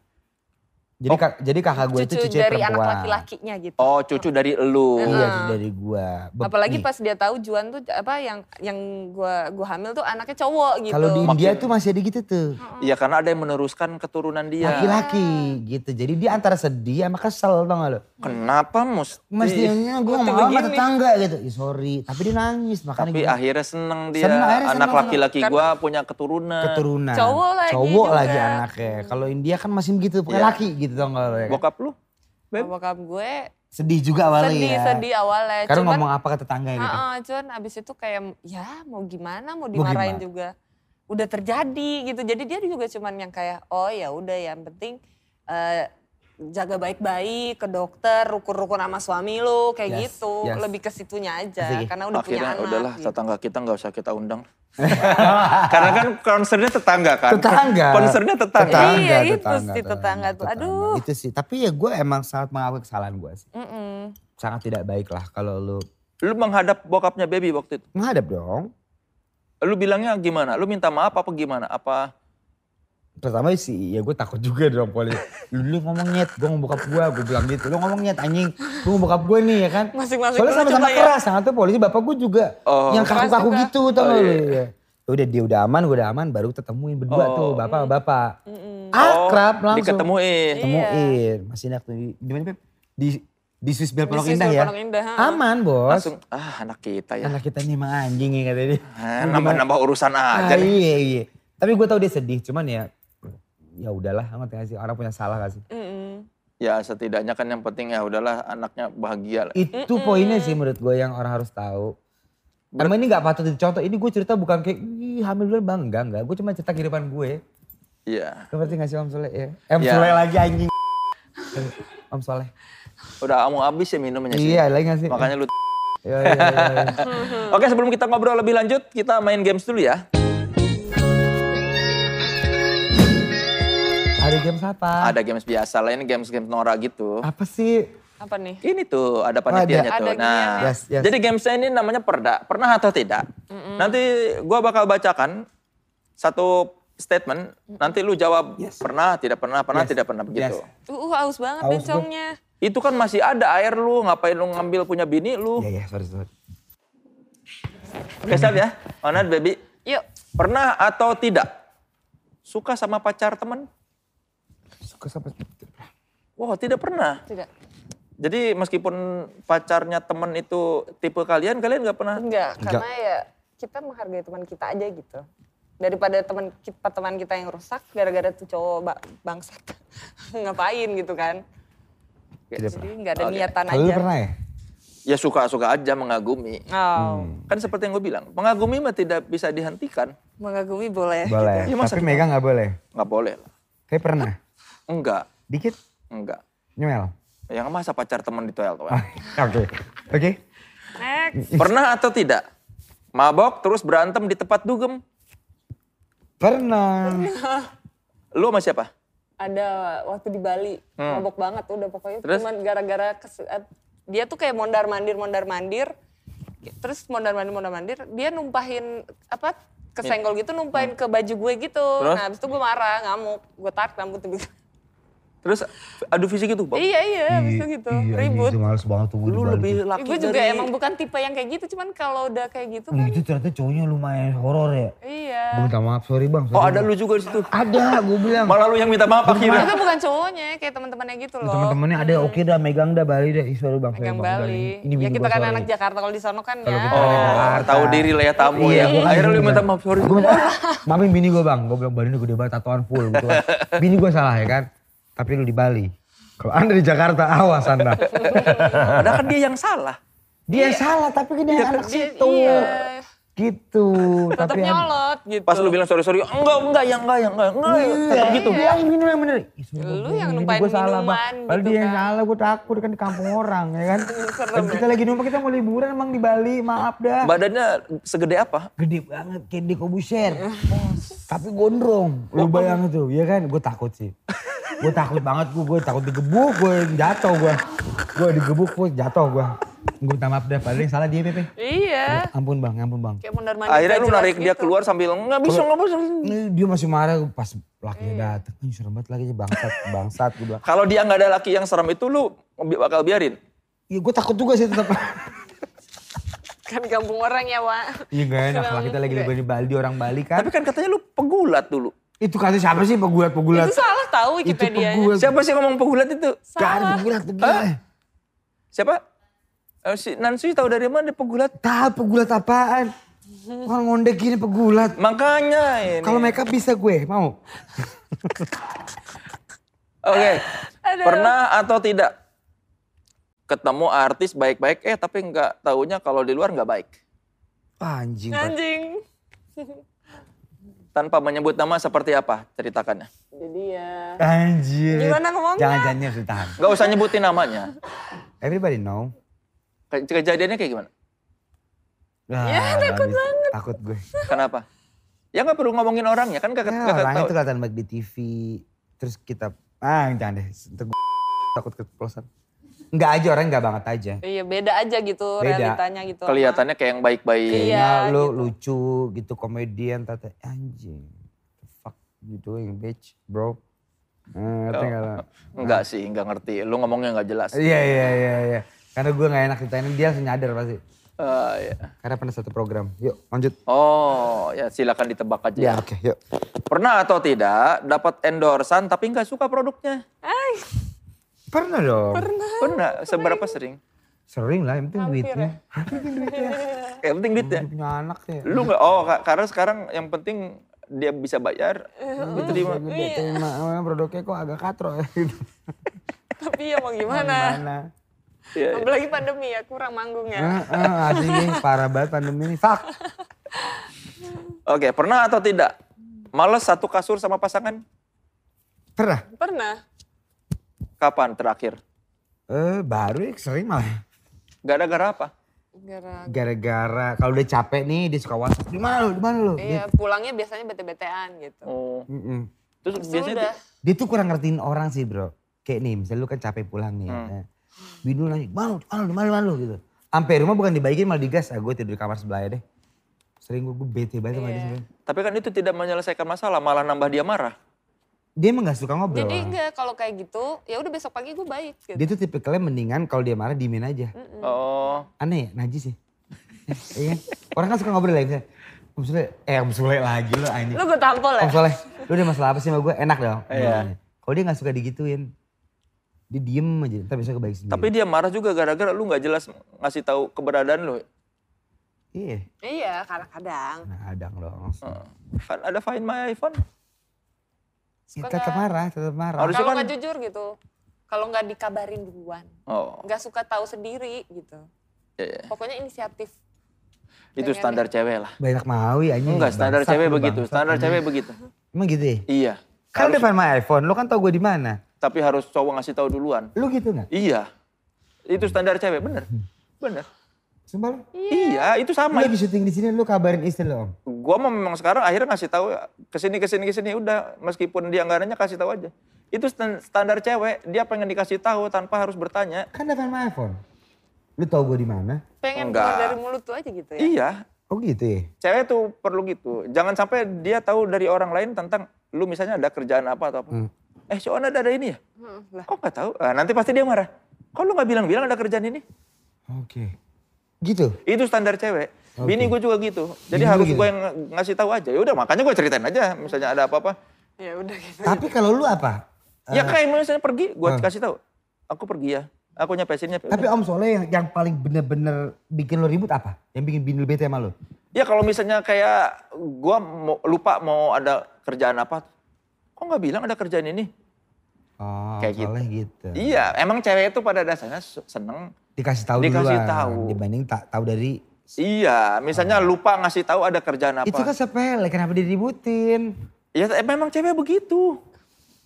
jadi kak- jadi kakak gue itu
Cucu
cucu
dari anak
perempuan
laki-lakinya gitu.
Oh cucu dari elu.
Iya cucu dari gua. Be-
Apalagi
nih,
pas dia tahu Juan tuh apa yang yang gua gua hamil tuh anaknya cowok gitu.
kalau di India
Makin-
tuh masih ada gitu tuh.
Iya karena ada yang meneruskan keturunan
Iya.
dia.
Laki-laki gitu. Jadi dia antara sedih sama kesel tau gak lo.
Kenapa mesti?
Mestinya gue
Waktu
mau sama
begini.
tetangga gitu. Ya sorry, tapi dia nangis makanya
Tapi
gitu.
akhirnya seneng dia.
Seneng, akhirnya
Anak
seneng,
laki-laki
seneng.
gua punya keturunan.
keturunan.
Cowok lagi
Cowok
juga.
lagi anaknya. Kalau India kan masih begitu, pakai
Iya.
laki gitu tau gak lo ya. kan?
Bokap lu? Beb?
Bokap gue
Sedih juga awalnya
sedih
ya.
sedih awalnya.
Karena
cuman
ngomong apa ke tetangga gitu.
Heeh, cuman abis itu kayak ya mau gimana
Mau
mau dimarahin
gimana?
juga udah terjadi gitu jadi dia juga cuman yang kayak oh ya udah yang penting eh, jaga baik-baik ke dokter rukun-rukun sama suami lu
Yes,
kayak gitu
yes.
lebih ke situnya aja
Asik ya?
karena udah punya
Akhirnya
anak
udahlah
gitu.
tetangga kita nggak usah kita undang. [laughs] Karena kan concernnya tetangga kan.
Tetangga.
Concernnya tetangga.
Tetangga. Iya, itu sih, tetangga tuh. Aduh.
Itu sih, tapi ya gue emang sangat mengakui kesalahan gue sih.
Mm-mm.
Sangat tidak baik lah kalau lu
Lu menghadap bokapnya baby waktu itu.
menghadap dong.
Lu bilangnya gimana? Lu minta maaf apa gimana? Apa
pertama sih ya gue takut juga dong poli. Lu, lu ngomong nyet, gue ngomong bokap gue, gue bilang gitu. Lu ngomong nyet anjing, gue ngomong bokap gue nih ya kan.
Masing-masing
Soalnya
dulu
sama-sama
coba ya.
keras, sama tuh polisi bapak gue juga
Oh.
yang kaku-kaku
Keras juga.
gitu tau
Oh,
lu.
iya.
Ya udah dia udah aman, gue udah aman, baru ketemuin berdua
Oh.
tuh bapak-bapak. Akrab
Oh,
langsung.
Diketemuin.
Ketemuin, masih enak tuh. Di, di mana Pep? Di, di Swiss Bell Pondok
Bisnis
Indah
di
ya.
Pondok Indah, ha.
Aman bos.
Langsung, ah anak kita ya.
Anak kita nih emang anjing ya katanya dia.
Eh, Nambah-nambah urusan
Ah,
aja nih.
iya, iya. Tapi gue tau dia sedih, cuman ya ya udahlah ngerti gak sih orang punya salah gak sih
Mm-mm.
Ya setidaknya kan yang penting ya udahlah anaknya bahagia. lah.
itu poinnya sih menurut gue yang orang harus tahu karena ini nggak patut dicontoh ini gue cerita bukan kayak Ih, hamil duluan bang enggak enggak gue cuma cerita kehidupan gue
Iya.
Lo ngerti gak sih Om Soleh ya? Eh, Om
Iya.
Soleh lagi anjing. Om Soleh.
Udah mau habis ya minumnya sih.
Iya lagi gak sih?
Makanya lu
Iya, iya, iya, iya.
Oke, sebelum kita ngobrol lebih lanjut, kita main games dulu ya.
Ada games apa?
Ada games biasa lain, games-games Nora gitu.
Apa sih?
Apa nih?
Ini tuh ada panitianya
Ada.
tuh.
Ada
nah,
giniannya.
Oh, Yes, yes.
jadi gamesnya ini namanya perda. Pernah atau tidak? Nanti gua bakal bacakan satu statement. Nanti lu jawab pernah, tidak pernah, pernah,
Yes.
tidak pernah begitu.
Yes.
Uh, uh aus banget
Aus
bencongnya.
Itu kan masih ada air lu, ngapain lu ngambil punya bini lu?
Iya, iya, sorry, sorry.
Oke, siap ya. Onat baby.
Yuk.
Pernah atau tidak? Suka sama pacar temen?
Suka sama...
Wow, tidak pernah.
Tidak.
Jadi meskipun pacarnya temen itu tipe kalian, kalian nggak pernah.
Enggak, karena ya kita menghargai teman kita aja gitu. Daripada teman kita teman kita yang rusak gara-gara tuh cowok ba- bangsat. [laughs] Ngapain gitu kan?
Tidak
Jadi nggak ada
Oke.
niatan
Kalau lu
aja.
pernah ya?
Ya suka-suka aja mengagumi.
Oh,
Kan seperti yang gue bilang, mengagumi mah tidak bisa dihentikan.
mengagumi boleh.
Boleh.
Iya, masa
Tapi
gitu?
megang gak boleh.
Nggak boleh lah.
Kayak pernah.
Enggak,
Dikit,
enggak.
nyemel. [laughs]
Yang masa pacar temen ditoel toel.
Oke. Oke.
Next.
Pernah atau tidak? Mabok terus berantem di tempat dugem.
Pernah.
Lu sama siapa?
Ada waktu di Bali, mabok banget udah pokoknya
Terus?
cuman gara-gara kes- eh, dia tuh kayak mondar-mandir mondar-mandir. Terus mondar-mandir mondar-mandir, dia numpahin apa? kesenggol gitu numpahin ke baju gue gitu.
Terus?
Nah, habis itu gue marah, ngamuk, gue tarik rambutnya gitu.
Terus adu fisik itu, Bob.
Iya iya, abis itu gitu, ribut.
Itu males banget tuh gue
Lu lebih laki
Gue juga
dari-
emang bukan tipe yang kayak gitu, cuman kalau udah kayak gitu kan,
Itu ternyata cowoknya lumayan horor ya. Gue
iya.
minta maaf, sorry bang.
Oh ada lu juga di situ.
Ada, gue bilang.
Oh.
Malah lu yang minta maaf akhirnya.
Itu bukan cowoknya, kayak teman-temannya gitu loh.
Temen-temennya ada oke dah megang dah Bali dah Ih, sorry bang. sorry,
Pegang
Bang,
Bali.
Ini
ya
bini
kita
gua,
kan
sorry.
anak Jakarta kalau di sono kan ya.
Kalau kita
Oh,
Jakarta.
tahu diri lah ya tamu
Iya,
ya.
gua kan
Akhirnya lu
gitu
minta
kan.
maaf, sorry.
[laughs] Gua minta
[laughs]
maaf. Mamin bini gue bang, gue bilang Bali ini gede banget tatoan full gitu
[laughs]
kan. Bini gue salah ya kan, tapi lu di Bali. Kalau anda di Jakarta, awas
[laughs]
anda.
Padahal kan dia yang salah.
Dia salah tapi kan dia anak
Dia-
situ.
iya.
Gitu.
Tetap
Tapi
nyolot gitu.
Pas lu bilang sorry sorry, enggak enggak ya enggak ya enggak enggak. ya."
Iya.
Tetap gitu.
Dia yang minum yang bener. Ih, sorry,
Iya, Lu
Bang,
yang
ini
numpahin
gua salah, Bang.
minuman
Padahal
gitu
dia yang
kan.
salah, gue takut kan di kampung orang ya
[laughs]
kan. Dan kita lagi numpang, kita mau liburan emang di Bali, maaf dah.
Badannya segede apa?
Gede banget, kayak di Kobusier. Tapi gondrong, lu bayangin tuh, ya kan? Gue takut sih. Gue takut banget, gue gue takut digebuk, gue jatuh gue. Gue digebuk, gue jatuh gue. Gue minta maaf dah, padahal yang salah dia Pepe.
Iya.
Ampun bang, ampun bang.
Kayak gitu. mondar mandir.
Akhirnya lu narik dia keluar sambil nggak bisa nggak bisa.
Ini dia masih marah pas
Iya.
lakinya datang. Ih, serem banget lagi bangsat, bangsat gue bilang.
Kalau dia nggak ada laki yang serem itu lu bi- bakal biarin.
Iya gue takut juga sih tetap. [laughs]
Kan kampung orang ya, Wak.
Iya gak enak lah kita lagi liburan di Bali, orang Bali kan.
Tapi kan katanya lu pegulat dulu.
Itu kata siapa sih pegulat-pegulat?
Itu salah tahu
Itu
Wikipedia.
pegulat.
Siapa sih yang ngomong pegulat itu?
Gak ada pegulat begini.
Siapa? Eh, Si Nancy tahu dari mana dia pegulat?
Tahu pegulat apaan? Orang ngondek gini pegulat.
Makanya ini.
Kalau makeup bisa gue, mau?
Oke.
Aduh.
Pernah atau tidak ketemu artis baik-baik eh tapi nggak taunya kalau di luar nggak baik.
Wah, anjing. Pak.
Anjing.
Tanpa menyebut nama seperti apa ceritakannya?
Jadi ya.
Anjir.
Gimana ngomongnya?
Jangan janjinya harus ditahan.
Nggak usah nyebutin namanya.
Everybody know.
Ke- Kejadiannya kayak gimana?
ya takut banget. Takut gue.
Kenapa? Ya nggak perlu ngomongin orangnya kan kakak
Ya,
kakak
orangnya
tahu.
tuh kelihatan baik di TV. Terus kita, ah jangan deh, ntar gua takut keceplosan. Enggak aja, orang enggak banget aja.
Iya, beda aja gitu
Beda.
realitanya gitu.
Kelihatannya kayak yang baik-baik.
Iya,
gitu, Iya, lu lucu gitu, komedian, tata, anjing. Fuck, you doing bitch bro Eh, ngerti nggak
Oh.
lo?
Enggak sih, enggak ngerti. Lu ngomongnya enggak jelas.
Iya iya iya iya. Karena gue nggak enak ditanyain dia langsung nyadar pasti.
Ah, iya.
Karena pernah satu program. Yuk lanjut.
Oh, ya silakan ditebak aja.
Iya.
Ya oke yuk.
Pernah atau tidak dapat endorsan tapi nggak suka produknya?
Ay,
Pernah dong.
Pernah. Seberapa sering?
Sering lah, yang penting
Hampir ya.
[laughs] duitnya.
Yang penting duitnya.
Dia punya anak ya.
Lu nggak? Oh, ka- karena sekarang yang penting dia bisa bayar.
Hmm.
Itu
Dia gede
Iya.
terima, eh, produknya kok agak katro ya. gitu.
tapi ya mau gimana?
Gimana?
Iya.
Apalagi pandemi ya, kurang manggung ya.
Eh, eh, asli nih, parah banget pandemi ini. Fuck.
Oke, pernah atau tidak? Males satu kasur sama pasangan?
Pernah?
Pernah?
Kapan terakhir?
Eh, baru ya, sering malah.
Gara-gara apa?
Gara
Gara-gara kalau udah capek nih dia suka WhatsApp. Di mana lu? Di mana lu? Dia,
Iya, pulangnya biasanya bete-betean gitu.
Oh.
Mm-mm.
Terus
Terus
biasanya
udah.
tuh-
dia tuh kurang ngertiin orang sih, Bro. Kayak nih, misalnya lu kan capek pulang nih.
Hmm.
ya. Bini lu nanya, "Mana lu? Di Mana lu? Di Mana lu? Di Mana lu?" gitu. Sampai rumah bukan dibaikin malah digas. Ah, gue tidur di kamar sebelah deh. Sering gue, gue bete banget sama dia
Iya.
sebenernya.
tapi kan itu tidak menyelesaikan masalah, malah nambah dia marah.
Dia emang gak suka ngobrol.
Iya.
Jadi enggak kalau kayak gitu, ya udah besok pagi gue baik gitu. Hmm.
Dia tuh tipikalnya mendingan kalau dia marah diemin aja.
Oh.
Aneh ya, najis ya. [laughs] iya kan? Orang kan suka ngobrol ya misalnya. Om Sule, eh Om Sule lagi lu anjing.
Lu gue tampol ya?
Om Soleh, lu ada masalah apa sih sama gue? Enak dong.
Iya.
Kalau dia gak suka digituin, dia diem aja, ntar bisa kebaik sendiri.
Tapi dia marah juga gara-gara lu nggak jelas ngasih tahu keberadaan lu.
Iya,
Iya, kadang-kadang.
nah adang dong.
Heeh. Kan ada find my iPhone.
Ya,
Suka
tetap
nggak?
marah, tetap marah.
Harus- Harusnya
Kalau
kan-
nggak jujur gitu, kalau nggak dikabarin duluan,
Oh,
nggak suka tahu sendiri gitu.
iya, iya.
Pokoknya inisiatif.
itu
Pengen-
standar cewek lah.
Banyak mau ya. anjing.
Enggak, standar
Bangsat
cewek
lu,
begitu.
bangsat.
Standar cewek begitu.
Emang gitu ya?
Iya.
Kan depan my iPhone, lu kan tau gue di mana.
Tapi harus cowok ngasih tahu duluan.
Lu gitu gak?
Iya. Itu standar cewek, bener. Bener.
Sumpah lu?
Iya, itu
Lu
sama.
lagi syuting di sini, lu kabarin istri lu om.
Gua mau memang sekarang akhirnya ngasih tahu kesini kesini kesini udah meskipun dia nggak nanya kasih tahu aja. Itu stan- standar cewek, dia pengen dikasih tahu tanpa harus bertanya.
Kan depan my iPhone. Lu tau gue di mana?
Pengen
Enggak.
keluar dari mulut tuh aja gitu ya.
Iya,
Oh gitu ya?
cewek tuh perlu gitu. Jangan sampai dia tahu dari orang lain tentang lu misalnya ada kerjaan apa atau apa.
Hmm.
Eh, si Ona ada, ada ini ya?
Heeh, Hmm, lah.
Kok nggak tahu? Ah, nanti pasti dia marah. Kok lu nggak bilang-bilang ada kerjaan ini?
Oke. Gitu?
Itu standar cewek.
Oke.
Bini gue juga gitu. Jadi
Bini lu
harus
gitu?
gue yang ng- ngasih tahu aja. Ya udah, makanya gue ceritain aja. Misalnya ada apa-apa.
Ya udah gitu.
Tapi kalau lu apa?
ya
Ah.
kayak misalnya pergi, gue
eh.
kasih tahu. Aku pergi ya. Aku nyapesin ya.
Tapi Om Soleh yang, yang paling bener-bener bikin lo ribut apa? Yang bikin bini lo bete sama lo?
Ya kalau misalnya kayak gue mau, lupa mau ada kerjaan apa. Kok nggak bilang ada kerjaan ini?
Oh,
Kayak
Om Soleh gitu.
Iya, emang cewek itu pada dasarnya su- seneng
Dikasih tahu
Dikasih
duluan.
tahu.
Dibanding tak tahu dari
Iya, misalnya lupa ngasih tahu ada kerjaan apa.
Ah. itu kan sepele, kenapa dia ributin?
Ya eh, memang cewek begitu.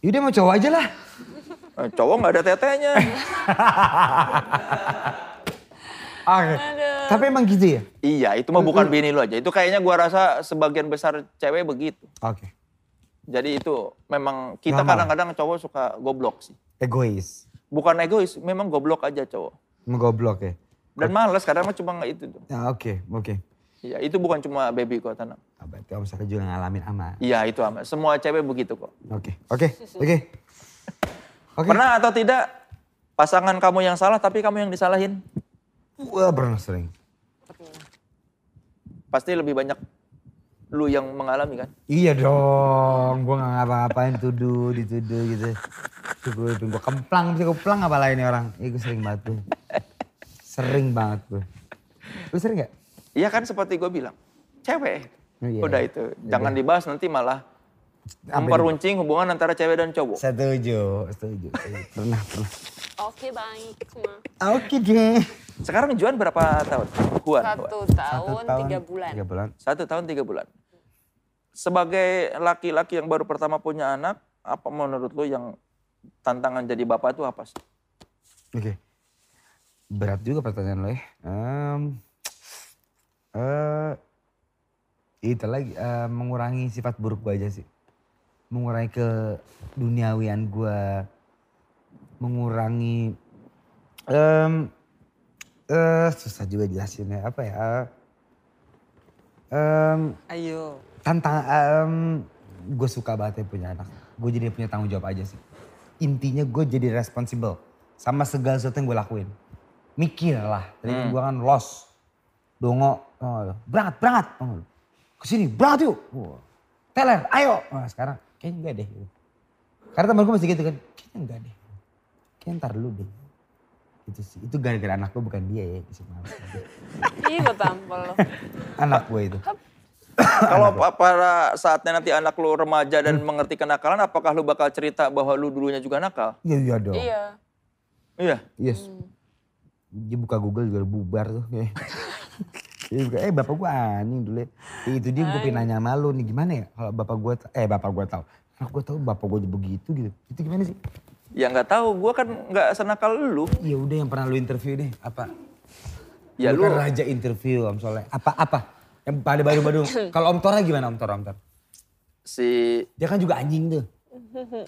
Yaudah mau cowok aja lah.
Eh, Cowok nggak ada
[laughs]
tetenya.
Oke. Tapi emang gitu ya?
iya, itu mah bukan bini lu aja. Itu kayaknya gua rasa sebagian besar cewek begitu.
Oke.
Jadi itu memang kita
Normal.
kadang-kadang cowok suka goblok sih.
Egois.
Bukan egois, memang goblok aja cowok.
Menggoblok ya?
Dan males kadang mah cuma nggak itu. tuh.
Ya, oke, oke.
Iya, itu bukan cuma baby kok tanam.
Ah, Berarti Om Soleh juga ngalamin ama.
Iya, itu amat. Semua cewek begitu kok.
Oke, oke,
[laughs]
oke. Oke.
Pernah atau tidak pasangan kamu yang salah tapi kamu yang disalahin?
Wah, pernah sering.
Pasti lebih banyak lu yang mengalami kan?
Iya dong, gue gak ngapa-ngapain tuduh, dituduh gitu. Tuh gue gue kemplang, bisa gue pelang apa lainnya orang. Iya gue sering banget tuh. Sering banget gue. Lu sering gak?
Iya kan seperti gue bilang, cewek.
Iya.
Udah itu, jangan dibahas nanti malah memperuncing hubungan antara cewek dan cowok.
Setuju, setuju. setuju. Pernah, pernah.
Oke baik. Ma.
Oke deh.
Sekarang Juan berapa tahun? Juan. Juan.
Satu
Satu
tahun,
tahun,
tiga bulan.
Tiga bulan.
Satu tahun tiga bulan. Sebagai laki-laki yang baru pertama punya anak, apa menurut lu yang tantangan jadi bapak itu apa sih?
Oke. Berat juga pertanyaan lo ya. Em, eh, itu lagi eh, mengurangi sifat buruk gue aja sih. Mengurangi ke duniawian gue. Mengurangi em, eh, susah juga jelasinnya apa ya. eh, em,
Ayo.
tantang em, gue suka banget ya punya anak. Gue jadi punya tanggung jawab aja sih. Intinya gue jadi responsible sama segala sesuatu yang gue lakuin. Mikir lah, tadi kan gue kan los. Dongo, tau nggak lu? berangkat, berangkat. tau nggak lu? Kesini, berangkat yuk. Wah. Teler, ayo. Wah, sekarang kayaknya enggak deh. gitu. Karena temen gue masih gitu kan, kayaknya enggak deh. Kayaknya ntar dulu deh. Itu sih, itu gara-gara anak gue bukan dia ya. Isi maaf.
Ih gue tampol lo.
anak gue itu.
Kalau pa- pada saatnya nanti anak lu remaja
Hmm.
dan mengerti kenakalan, apakah lu bakal cerita bahwa lu dulunya juga nakal?
Iya, iya dong.
Iya. Hmm.
Iya.
Yes. Dia buka Google juga bubar tuh.
[laughs]
kayak. Dia buka, eh bapak gua anjing dulu. ya." Eh, itu dia gue pengen nanya sama lu nih gimana ya kalau bapak gua ta- eh bapak gua tahu. Anak gua tahu bapak gua begitu gitu. Itu gimana sih?
Ya nggak tahu, gua kan nggak senakal lu.
Ya udah yang pernah lu interview deh apa?
Ya
Lu
lu
kan raja interview Om Soleh. Apa apa? Yang pada baru
[laughs]
baru. kalau Om Tora gimana Om Tora Om Tora?
si
Dia kan juga anjing tuh.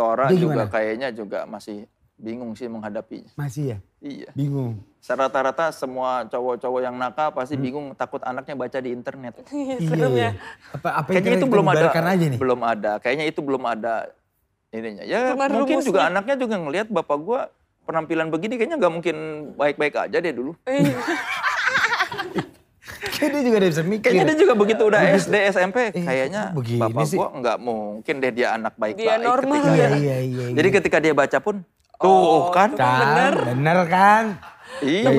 Tora
Dia
juga
gimana?
kayaknya juga masih bingung sih menghadapinya.
Masih ya?
Iya.
Bingung.
Rata-rata semua cowok-cowok yang nakal pasti
Hmm.
bingung takut anaknya baca di internet.
iya, iya. Apa apa
ya. Kayaknya
yang kita-
itu
kita
belum ada.
bubarkan aja [laughs] nih.
Belum ada. Kayaknya itu belum ada ininya. Ya
Belum ada
mungkin juga
rumusnya.
anaknya juga ngelihat bapak gua penampilan begini kayaknya nggak mungkin baik-baik aja deh dulu.
Ih,
Kayaknya dia juga udah bisa mikir.
Kayaknya dia juga begitu udah SD SMP kayaknya
Iya, begini
bapak
sih.
gua nggak mungkin deh dia anak baik-baik.
Dia normal ya. Oh,
ketika
Iya,
dia-
iya, iya,
Jadi ketika dia baca pun tuh kan.
Kan, bener. kan?
Iya.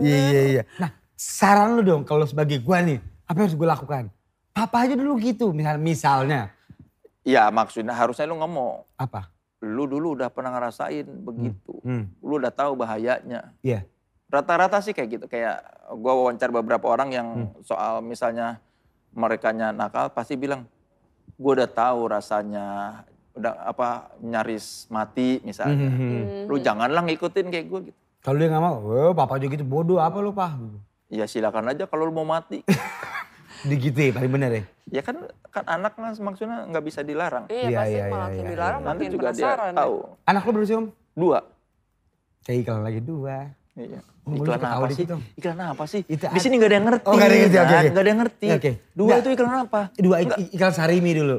Iya, iya, iya. Nah, saran lu dong kalau sebagai gua nih, apa yang harus gue lakukan? Papa aja dulu gitu, misal misalnya
Iya maksudnya harusnya lu ngomong.
apa?
Lu dulu udah pernah ngerasain begitu.
Hmm,
Lu udah tahu bahayanya.
iya.
Rata-rata sih kayak gitu. Kayak gua wawancara beberapa orang yang
Hmm.
soal misalnya merekanya nakal pasti bilang gua udah tahu rasanya udah apa nyaris mati misalnya.
Hmm, hmm, hmm.
Lu janganlah ngikutin kayak gua gitu.
Kalau dia nggak mau, "Eh, papa aja gitu bodoh apa lu, Pak?
Ya silakan aja kalau lu mau mati.
Digitu ya, paling bener ya.
ya kan kan anak mas maksudnya nggak bisa dilarang.
Iya
Iya,
pasti
iya,
malah
iya,
makin
iya,
dilarang
Nanti
makin
juga dia
penasaran. ya.
tahu.
Anak lu berapa sih, Om?
Dua.
Kayak kalau lagi dua.
Iya.
Oh, lu
Iklan
suka
apa
tahu
sih?
dikit dong.
Iklan apa sih?
Itu
di
ad-
sini nggak ada yang ngerti.
Oh, nggak ada yang ngerti, oke,
kan?
oke.
Nggak ada yang ngerti.
Oke.
Dua
Nggak.
itu iklan apa?
Eh, Dua ik- ik- ikan sarimi dulu.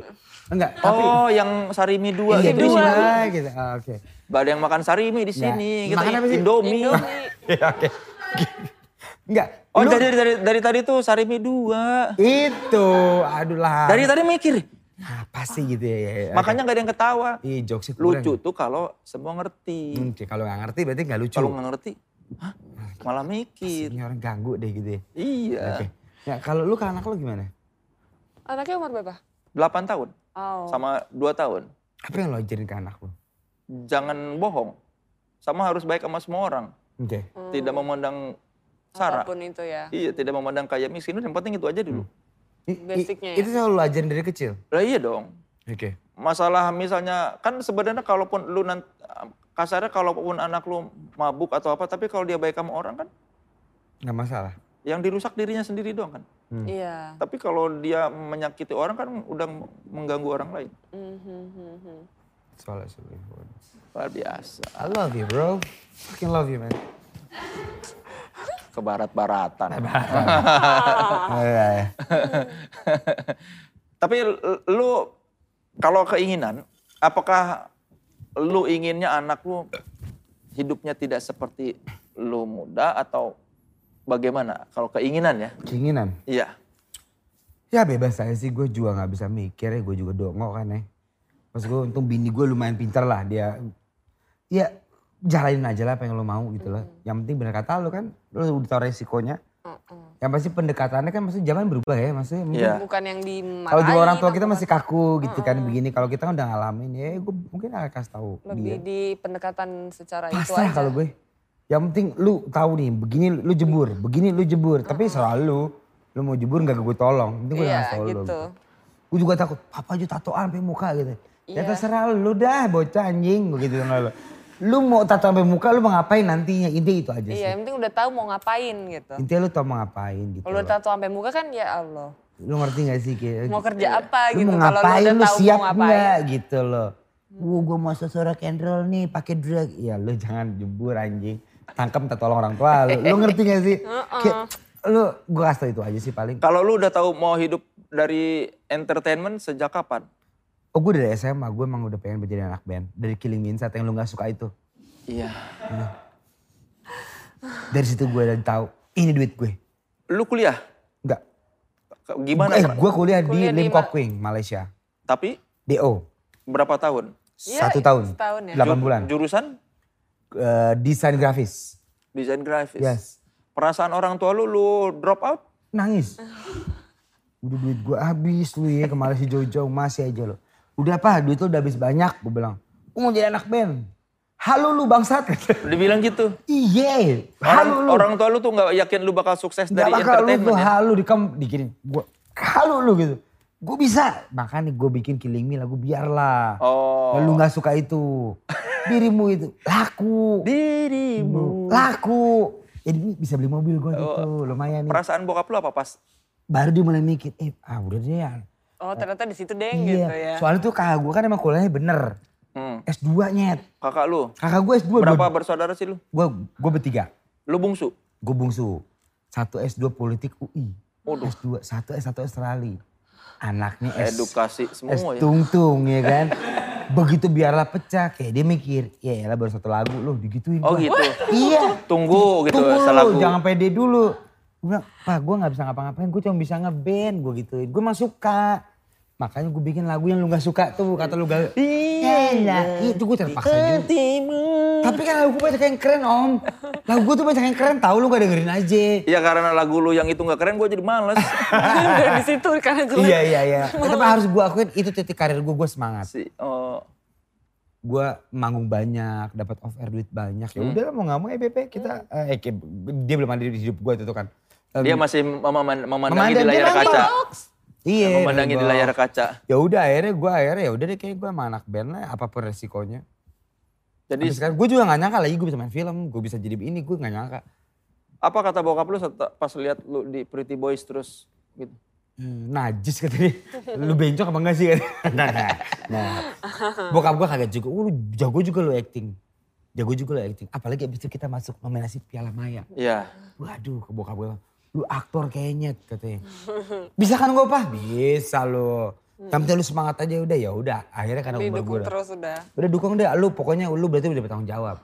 Enggak, tapi
oh, yang sarimi dua
iya,
gitu.
terus
Nggak
gimana gitu. Ah, Oke.
ada yang makan sarimi di sini. Kita
Makan apa sih?
Indomie.
Indomie.
Iya, Oke. Enggak.
Oh,
lu-
dari, dari, dari tadi tuh sarimi dua.
itu, aduh lah.
Dari tadi mikir.
Ya, apa sih gitu ya. ya, ya.
Makanya nggak ada yang ketawa.
Iya jokesnya kurang.
Lucu tuh kalau semua ngerti.
Hmm, kalau nggak ngerti berarti nggak lucu.
Kalau nggak ngerti, hah? malah mikir.
Ini orang ganggu deh gitu ya. Oke.
Iya.
Ya kalau lu ke anak lu gimana?
[laughs] Anaknya umur berapa?
delapan 8 tahun
Oh.
sama 2 tahun.
Apa yang lo ajarin ke anak lu?
Jangan bohong. Sama harus baik sama semua orang.
Oke.
Tidak memandang sara.
Oh. Apapun itu ya.
Iya, tidak memandang kaya miskin. Udah, Yang penting itu aja dulu.
I- i-
Basicnya ya?
Itu selalu lo ajarin dari kecil?
Lah iya dong.
Oke.
Masalah misalnya kan sebenarnya kalaupun lu nanti kasarnya kalaupun anak lu mabuk atau apa tapi kalau dia baik sama orang kan
Nggak masalah.
yang dirusak dirinya sendiri doang kan.
Hmm.
Iya.
Tapi kalau dia menyakiti orang kan udah mengganggu orang lain.
Mhm, mhm.
Soalnya sebelum
Luar biasa.
I love you bro. Fucking love you man.
Ke barat-baratan.
Iya, iya.
[laughs] Tapi l- lu kalau keinginan, apakah lu inginnya anak lu hidupnya tidak seperti lu muda atau bagaimana? Kalau keinginan ya,
Keinginan.
iya.
Ya bebas saya sih, gue juga gak bisa mikir ya, gue juga dongo kan ya. Mas gue untung bini gue lumayan pinter lah, dia ya jalanin aja lah apa yang lo mau gitu lah. Yang penting bener kata lo kan, lo udah tau resikonya.
Mm-mm.
Yang pasti pendekatannya kan maksudnya zaman berubah ya, maksudnya mungkin
Iya.
Bukan yang di
kalau dulu orang tua kita masih kaku gitu kan begini, kalau kita kan udah ngalamin ya gue mungkin akan kasih tahu
lebih
dia.
di pendekatan secara itu
Iya. Pasrah
aja.
kalau gue. Yang penting lu tahu nih, begini lu
Iya.
jebur, begini lu jebur. Tapi selalu lu mau jebur nggak gue tolong. Itu gue udah
Iya,
ngasih tau lu.
gitu.
Gue juga takut, papa aja tatoan sampai muka gitu. Ya
Iya.
terserah lu dah bocah anjing, gue gitu sama lu. Lu mau tato sampai muka, lu mau ngapain nantinya? Intinya itu aja sih. Iya.
Iya, yang penting udah tahu mau ngapain gitu.
Intinya lu tau mau ngapain gitu.
Kalau udah tato sampai muka kan ya Allah.
Lu ngerti gak sih? Kayak,
Mau
Iya.
kerja apa
Iya. lu
gitu
mau
kalau lu
ngapain,
udah
lu
tahu
siap
mau
nggak
ngapain. Hmm.
gitu loh. Wuh, gue mau sesorok and roll nih, pakai drug. Ya lu jangan jebur anjing. Tangkap minta tolong orang tua lu. Lu ngerti gak
[laughs]
sih?
Uh-uh.
Kayak, lu, gue kasih tau itu aja sih paling.
Kalau lu udah tahu mau hidup dari entertainment sejak kapan?
Oh gue dari SMA, gue emang udah pengen menjadi anak band. Dari Killing Me Inside yang lu gak suka itu.
Iya.
Dari situ gue udah tahu ini duit gue.
Lu kuliah?
Enggak.
Ke- Gimana?
eh
Fra?
gue kuliah, di
Kuliah di
Lim Kok
Ma-
Wing, Malaysia.
Tapi
DO,
berapa tahun?
Iya,
satu tahun.
setahun ya.
Delapan
Ju-
bulan.
Jurusan?
Eh, desain grafis.
Desain grafis.
Yes.
Perasaan orang tua lu, lu drop out?
Nangis. Udah duit gue habis lu ya ke Malaysia jauh-jauh masih aja lo. Udah apa duit lu udah habis banyak gue bilang. Gue mau jadi anak band. Halo lu bangsat.
Dibilang gitu.
Iya. Halo
Orang,
lu.
orang tua lu tuh nggak yakin lu bakal sukses
Gak
dari
bakal lu tuh
entertainment. ya?
halu di kem dikirim gue halu lu gitu gue bisa makanya gue bikin killing me lagu biarlah
Oh.
Lalu lu nggak suka itu dirimu itu laku
Dirimu. Oh.
laku jadi ini bisa beli mobil gue gitu lumayan nih
Perasaan bokap lu apa pas?
baru dia mulai mikir eh ah udah deh ya
Oh ternyata di situ
Iya.
deng gitu ya.
soalnya tuh kakak gue kan emang kuliahnya bener
Hmm.
S2 nyet
Kakak lu?
kakak gue S2
Berapa bersaudara sih lu?
gue gue bertiga
Lu bungsu?
gue bungsu satu S2 politik UI
Waduh.
S2 satu S1 Australia anaknya S
Edukasi semua
es
ya.
tungtung ya
[laughs]
kan. Begitu biarlah pecah kayak dia mikir, ya elah baru satu lagu loh digituin.
Oh
gua."
gitu.
Iya.
Tunggu gitu
Tunggu
salah
lu,
gua.
jangan pede dulu. Gue bilang, Pak gue gak bisa ngapa-ngapain, gue cuma bisa ngeband, gue gituin. Gue emang suka. Makanya gue bikin lagu yang lu gak suka tuh, kata lu gak. Iya, itu gue terpaksa juga. Tapi kan lagu gue banyak yang keren om. Lagu gue tuh banyak yang keren, tahu lu gak dengerin aja.
Ya karena lagu lu yang itu nggak keren gue jadi males.
Udah [laughs] di situ karena jelek.
Iya, iya, iya. Tapi harus gue akuin itu titik karir gue, gue semangat.
si, oh,
gue manggung banyak, dapat off air duit banyak. Ya
Hmm.
udah lah, mau nggak mau EBP kita eh kayak- dia belum ada di hidup gue itu tuh kan. Eh,
dia masih mem- mem- memandangi
Memandang,
di
dia
layar
nonton.
kaca.
iya,
Memandangi di
nembak.
layar kaca.
Ya udah akhirnya gue akhirnya ya udah deh kayak gue sama anak band lah apapun resikonya.
Jadi
Tapi sekarang gue juga gak nyangka lagi gue bisa main film, gue bisa jadi ini, gue gak nyangka.
apa kata bokap lu saat- pas lihat lu di Pretty Boys terus gitu?
Hmm, najis kata dia, lu bencok apa enggak sih? Kata. Nah, nah, nah. [laughs] Bokap gue kaget juga, oh, lu jago juga lu acting. Jago juga lu acting, apalagi abis itu kita masuk nominasi Piala Maya.
Iya.
Waduh, ke bokap gue, lu aktor kayaknya katanya. Bisa kan gue pak? Bisa lo. Tapi lu semangat aja udah ya udah. Akhirnya karena umur gue
Didukung
udah,
terus udah.
udah dukung deh. Lu pokoknya lu berarti udah bertanggung jawab.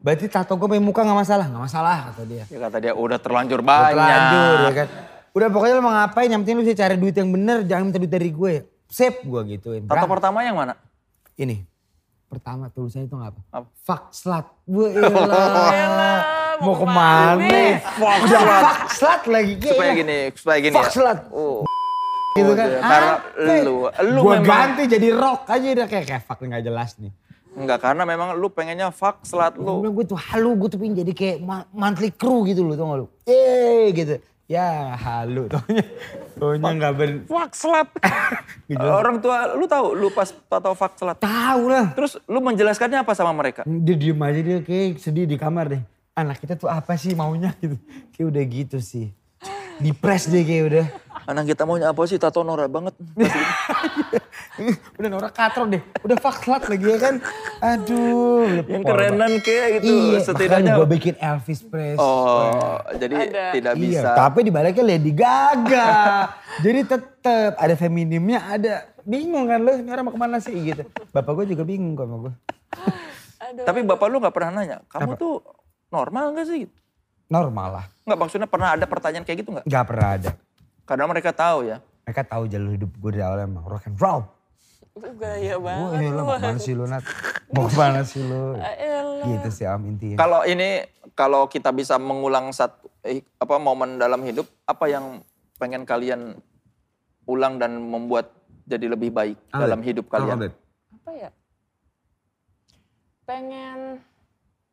Berarti tato gue main muka nggak masalah, nggak masalah kata dia.
Ya kata dia udah terlanjur banyak.
Terlanjur ya kan. Udah pokoknya lu mau ngapain? Yang penting lu bisa cari duit yang bener. Jangan minta duit dari gue. Sip gue gituin.
Tato
Berang.
pertama yang mana?
Ini pertama tulisannya itu nggak apa?
Apa?
Fuck slut. Gue elah.
mau
Mau kemana?
kemana?
Fuck slut. Fuck slut lagi.
Supaya
gila.
gini, supaya gini.
Fuck slut.
Oh,
Iya. gitu kan.
Udah, karena
Apa?
lu, lu
gua
memang-
ganti jadi rock aja udah kayak kayak fuck nggak jelas nih.
enggak karena memang lu pengennya fuck selat
Gue
lu.
bilang gue tuh halu, gue tuh pengen jadi kayak ma- monthly crew gitu loh, tau gak lu? Eh gitu. Ya halu, taunya, taunya nggak ben.
Fuck [laughs] selat. Gitu. Orang tua lu tahu lu pas tato fuck selat.
Tahu lah.
Terus lu menjelaskannya apa sama mereka?
Dia diem aja dia kayak sedih di kamar deh. Anak kita tuh apa sih maunya [laughs] gitu. Kayak udah gitu sih. Dipres deh kayak udah. [laughs]
Anak kita maunya apa sih tato norak banget.
udah Nora katro deh. Udah fuck slut lagi ya kan. Aduh.
Yang kerenan kayak gitu
Iya,
setidaknya.
gue bikin Elvis Presley.
Oh, jadi
Ada.
tidak bisa.
Iya, tapi dibaliknya Lady Gaga. [laughs] Jadi tetep ada feminimnya, ada bingung kan lu, ini orang mau kemana sih gitu. Bapak gue juga bingung kok sama gue.
Aduh.
Tapi bapak lu nggak pernah nanya, kamu tuh normal nggak sih?
Normal lah,
Nggak maksudnya pernah ada pertanyaan kayak gitu nggak?
gak pernah ada.
Karena mereka tahu ya.
Mereka tahu jalur hidup gue dari awal emang rock and roll.
Lu gaya
Gue
banget.
eh, lu mau kemana sih lu Nat? Mau kemana sih
[laughs]
lu?
Eh, Elah.
Gitu sih am intinya.
Hmm. Kalau ini kalau kita bisa mengulang satu eh, apa momen dalam hidup, apa yang pengen kalian ulang dan membuat jadi lebih baik
Apa?
dalam hidup kalian?
Beb?
Apa ya? Pengen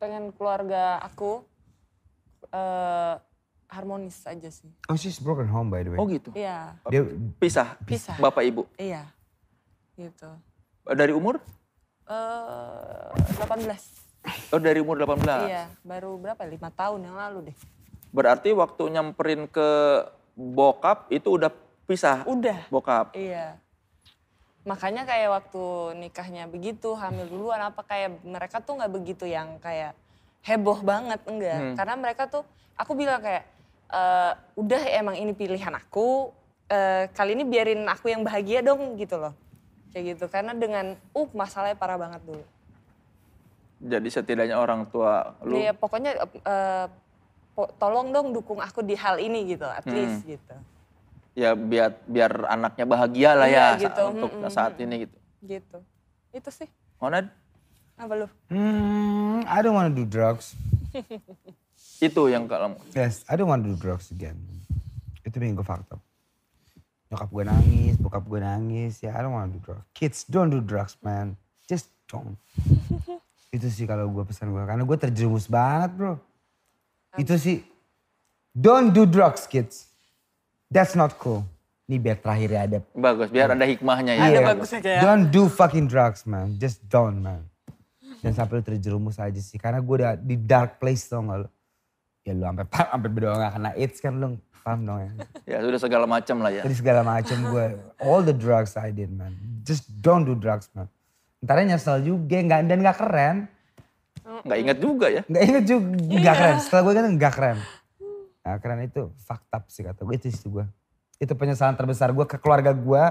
pengen keluarga aku eh harmonis aja sih.
Oh she's broken home by the way.
Oh gitu.
Iya,
Dia
Pisah,
Pisah.
Bapak Ibu.
iya. Gitu.
Dari umur?
Eh 18.
Oh dari umur 18.
Iya, baru berapa? Lima tahun yang lalu deh.
Berarti waktu nyamperin ke bokap itu udah pisah
Udah.
bokap.
Iya. Makanya kayak waktu nikahnya begitu, hamil duluan apa kayak mereka tuh nggak begitu yang kayak heboh banget enggak.
Hmm.
Karena mereka tuh aku bilang kayak "Eh, udah emang ini pilihan aku, eh, kali ini biarin aku yang bahagia dong gitu loh. Kayak kayak gitu karena dengan uh masalahnya parah banget dulu
Jadi setidaknya orang tua lu
Iya, pokoknya eh, po- tolong dong dukung aku di hal ini gitu, at
Hmm.
least gitu.
ya biar biar anaknya bahagia lah ya
Iya, gitu.
sa- untuk
Mm-mm.
saat ini gitu.
Gitu. Itu sih.
Karena
Apa lu?
Hmm, I don't wanna do drugs.
itu yang kalau
Yes, I don't wanna do drugs again. Itu bikin gue fucked up. Nyokap gue nangis, bokap gue nangis. Ya, I don't wanna do drugs. Kids, don't do drugs, man. Just don't. Itu sih kalau gue pesan gue. Karena gue terjerumus banget, bro. Itu sih. Don't do drugs, kids. That's not cool. Ini biar terakhir ya, ada.
bagus biar ada hikmahnya ya.
Ada
Iya.
bagusnya kayak.
Don't do fucking drugs, man. Just don't, man. Dan sampai lu terjerumus aja sih. Karena gue udah di dark place tau gak lu. Ya lu sampai paham, sampai berdoa gak kena AIDS kan lu paham dong ya.
Ya sudah segala macam lah ya.
Jadi segala macem gue, all the drugs I did, man. Just don't do drugs, man. Ntar nyesel juga, nggak dan gak keren.
Nggak ingat juga ya.
Gak inget juga, gak keren. Setelah gue inget gak keren. Nah, keren itu fucked up sih kata gue, itu sih gue. Itu penyesalan terbesar gue ke keluarga gue,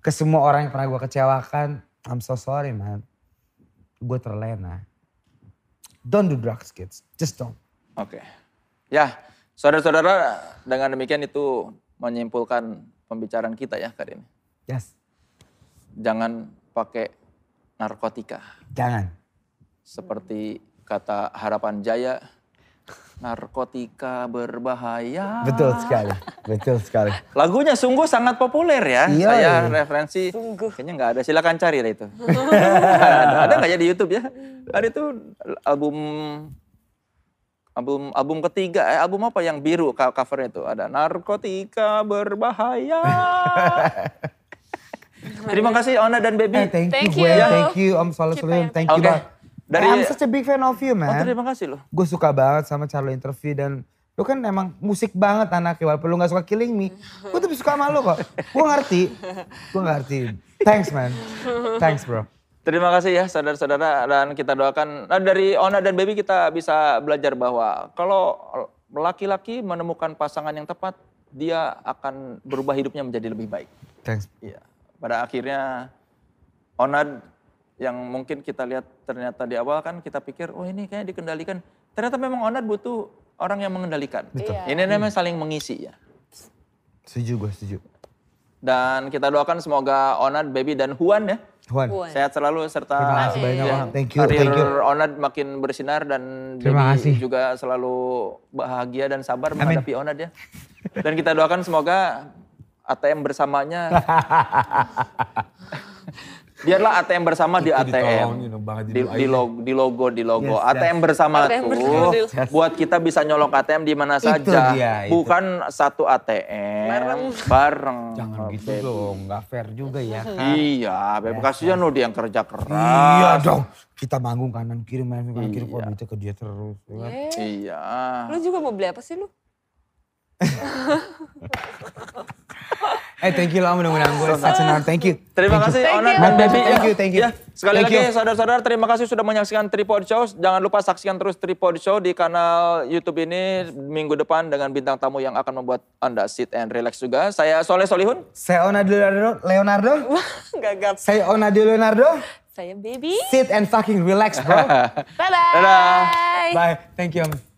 ke semua orang yang pernah gue kecewakan. I'm so sorry man. Gue terlena. Don't do drugs kids, just don't.
Oke. Ya, saudara-saudara dengan demikian itu menyimpulkan pembicaraan kita ya kali ini.
Yes,
Jangan pakai narkotika.
jangan.
Seperti kata Harapan Jaya, narkotika berbahaya.
Betul sekali, betul sekali.
Lagunya sungguh sangat populer ya.
Iya,
Saya
iya.
referensi
Sungguh.
kayaknya nggak ada. Silakan cari lah itu. ada ada nggak ya di YouTube ya? Ada itu album album album ketiga eh, album apa yang biru co- covernya itu ada narkotika berbahaya.
[laughs]
Terima kasih Ona dan
Eh,
Baby.
thank,
Thank
you, Gwen.
you.
Thank you, Om Soleh
Kita
Solihin.
yang-
Thank you,
Oke.
Bang.
Dari
I'm such a big fan of you, man.
Oh, terima kasih loh.
gue suka banget sama Charlo Interview dan lu kan emang musik banget anaknya walaupun lu gak suka Killing Me gue tapi suka sama lu kok gue ngerti gue ngerti thanks man thanks bro
Terima kasih ya saudara-saudara dan kita doakan nah, dari Ona dan Baby kita bisa belajar bahwa kalau laki-laki menemukan pasangan yang tepat dia akan berubah hidupnya menjadi lebih baik.
thanks
Iya. Pada akhirnya Ona yang mungkin kita lihat ternyata di awal kan kita pikir oh ini kayaknya dikendalikan. Ternyata memang Ona butuh orang yang mengendalikan.
Betul. Iya.
Ini namanya saling mengisi ya.
setuju gue setuju
Dan kita doakan semoga Onad, Baby dan Huan ya
Tuhan
Puan.
Sehat selalu serta
Terima kasih banyak,
ya,
Bang. Thank you,
karir
thank you.
Onad makin bersinar dan
Terima
Baby
kasih.
juga selalu bahagia dan sabar menghadapi Onad ya. Dan kita doakan semoga ATM
[laughs]
bersamanya biarlah ATM bersama di ATM. Di, di logo, di logo, di logo.
Yes,
ATM bersama
ATM bersama,
tuh
Dil.
buat kita bisa nyolong ATM di mana
Itu
saja,
dia, itu.
bukan satu ATM bareng.
jangan
Oke.
gitu dong gak fair juga ya kan
Iya, Beb kasihan loh dia yang kerja keras.
iya dong kita manggung kanan kiri main kanan kiri kok duitnya ke dia terus ya kan?
Eh,
Iya.
lu juga mau beli apa sih lu?
eh thank you lah mudah-mudahan gue such an honor. thank you
Terima
Thank you.
kasih
Thank
Onan
you.
dan Baby.
Thank you, thank you.
Ya, sekali
Thank
lagi
you.
saudara-saudara terima kasih sudah menyaksikan Tripod Show. Jangan lupa saksikan terus Tripod Show di kanal YouTube ini minggu depan dengan bintang tamu yang akan membuat Anda sit and relax juga. Saya Soleh Solihun.
saya Onadio Leonardo Leonardo
Gagal.
saya Onadio Leonardo
Saya baby.
sit and fucking relax bro
Bye-bye.
Dadah.
bye thank you Om.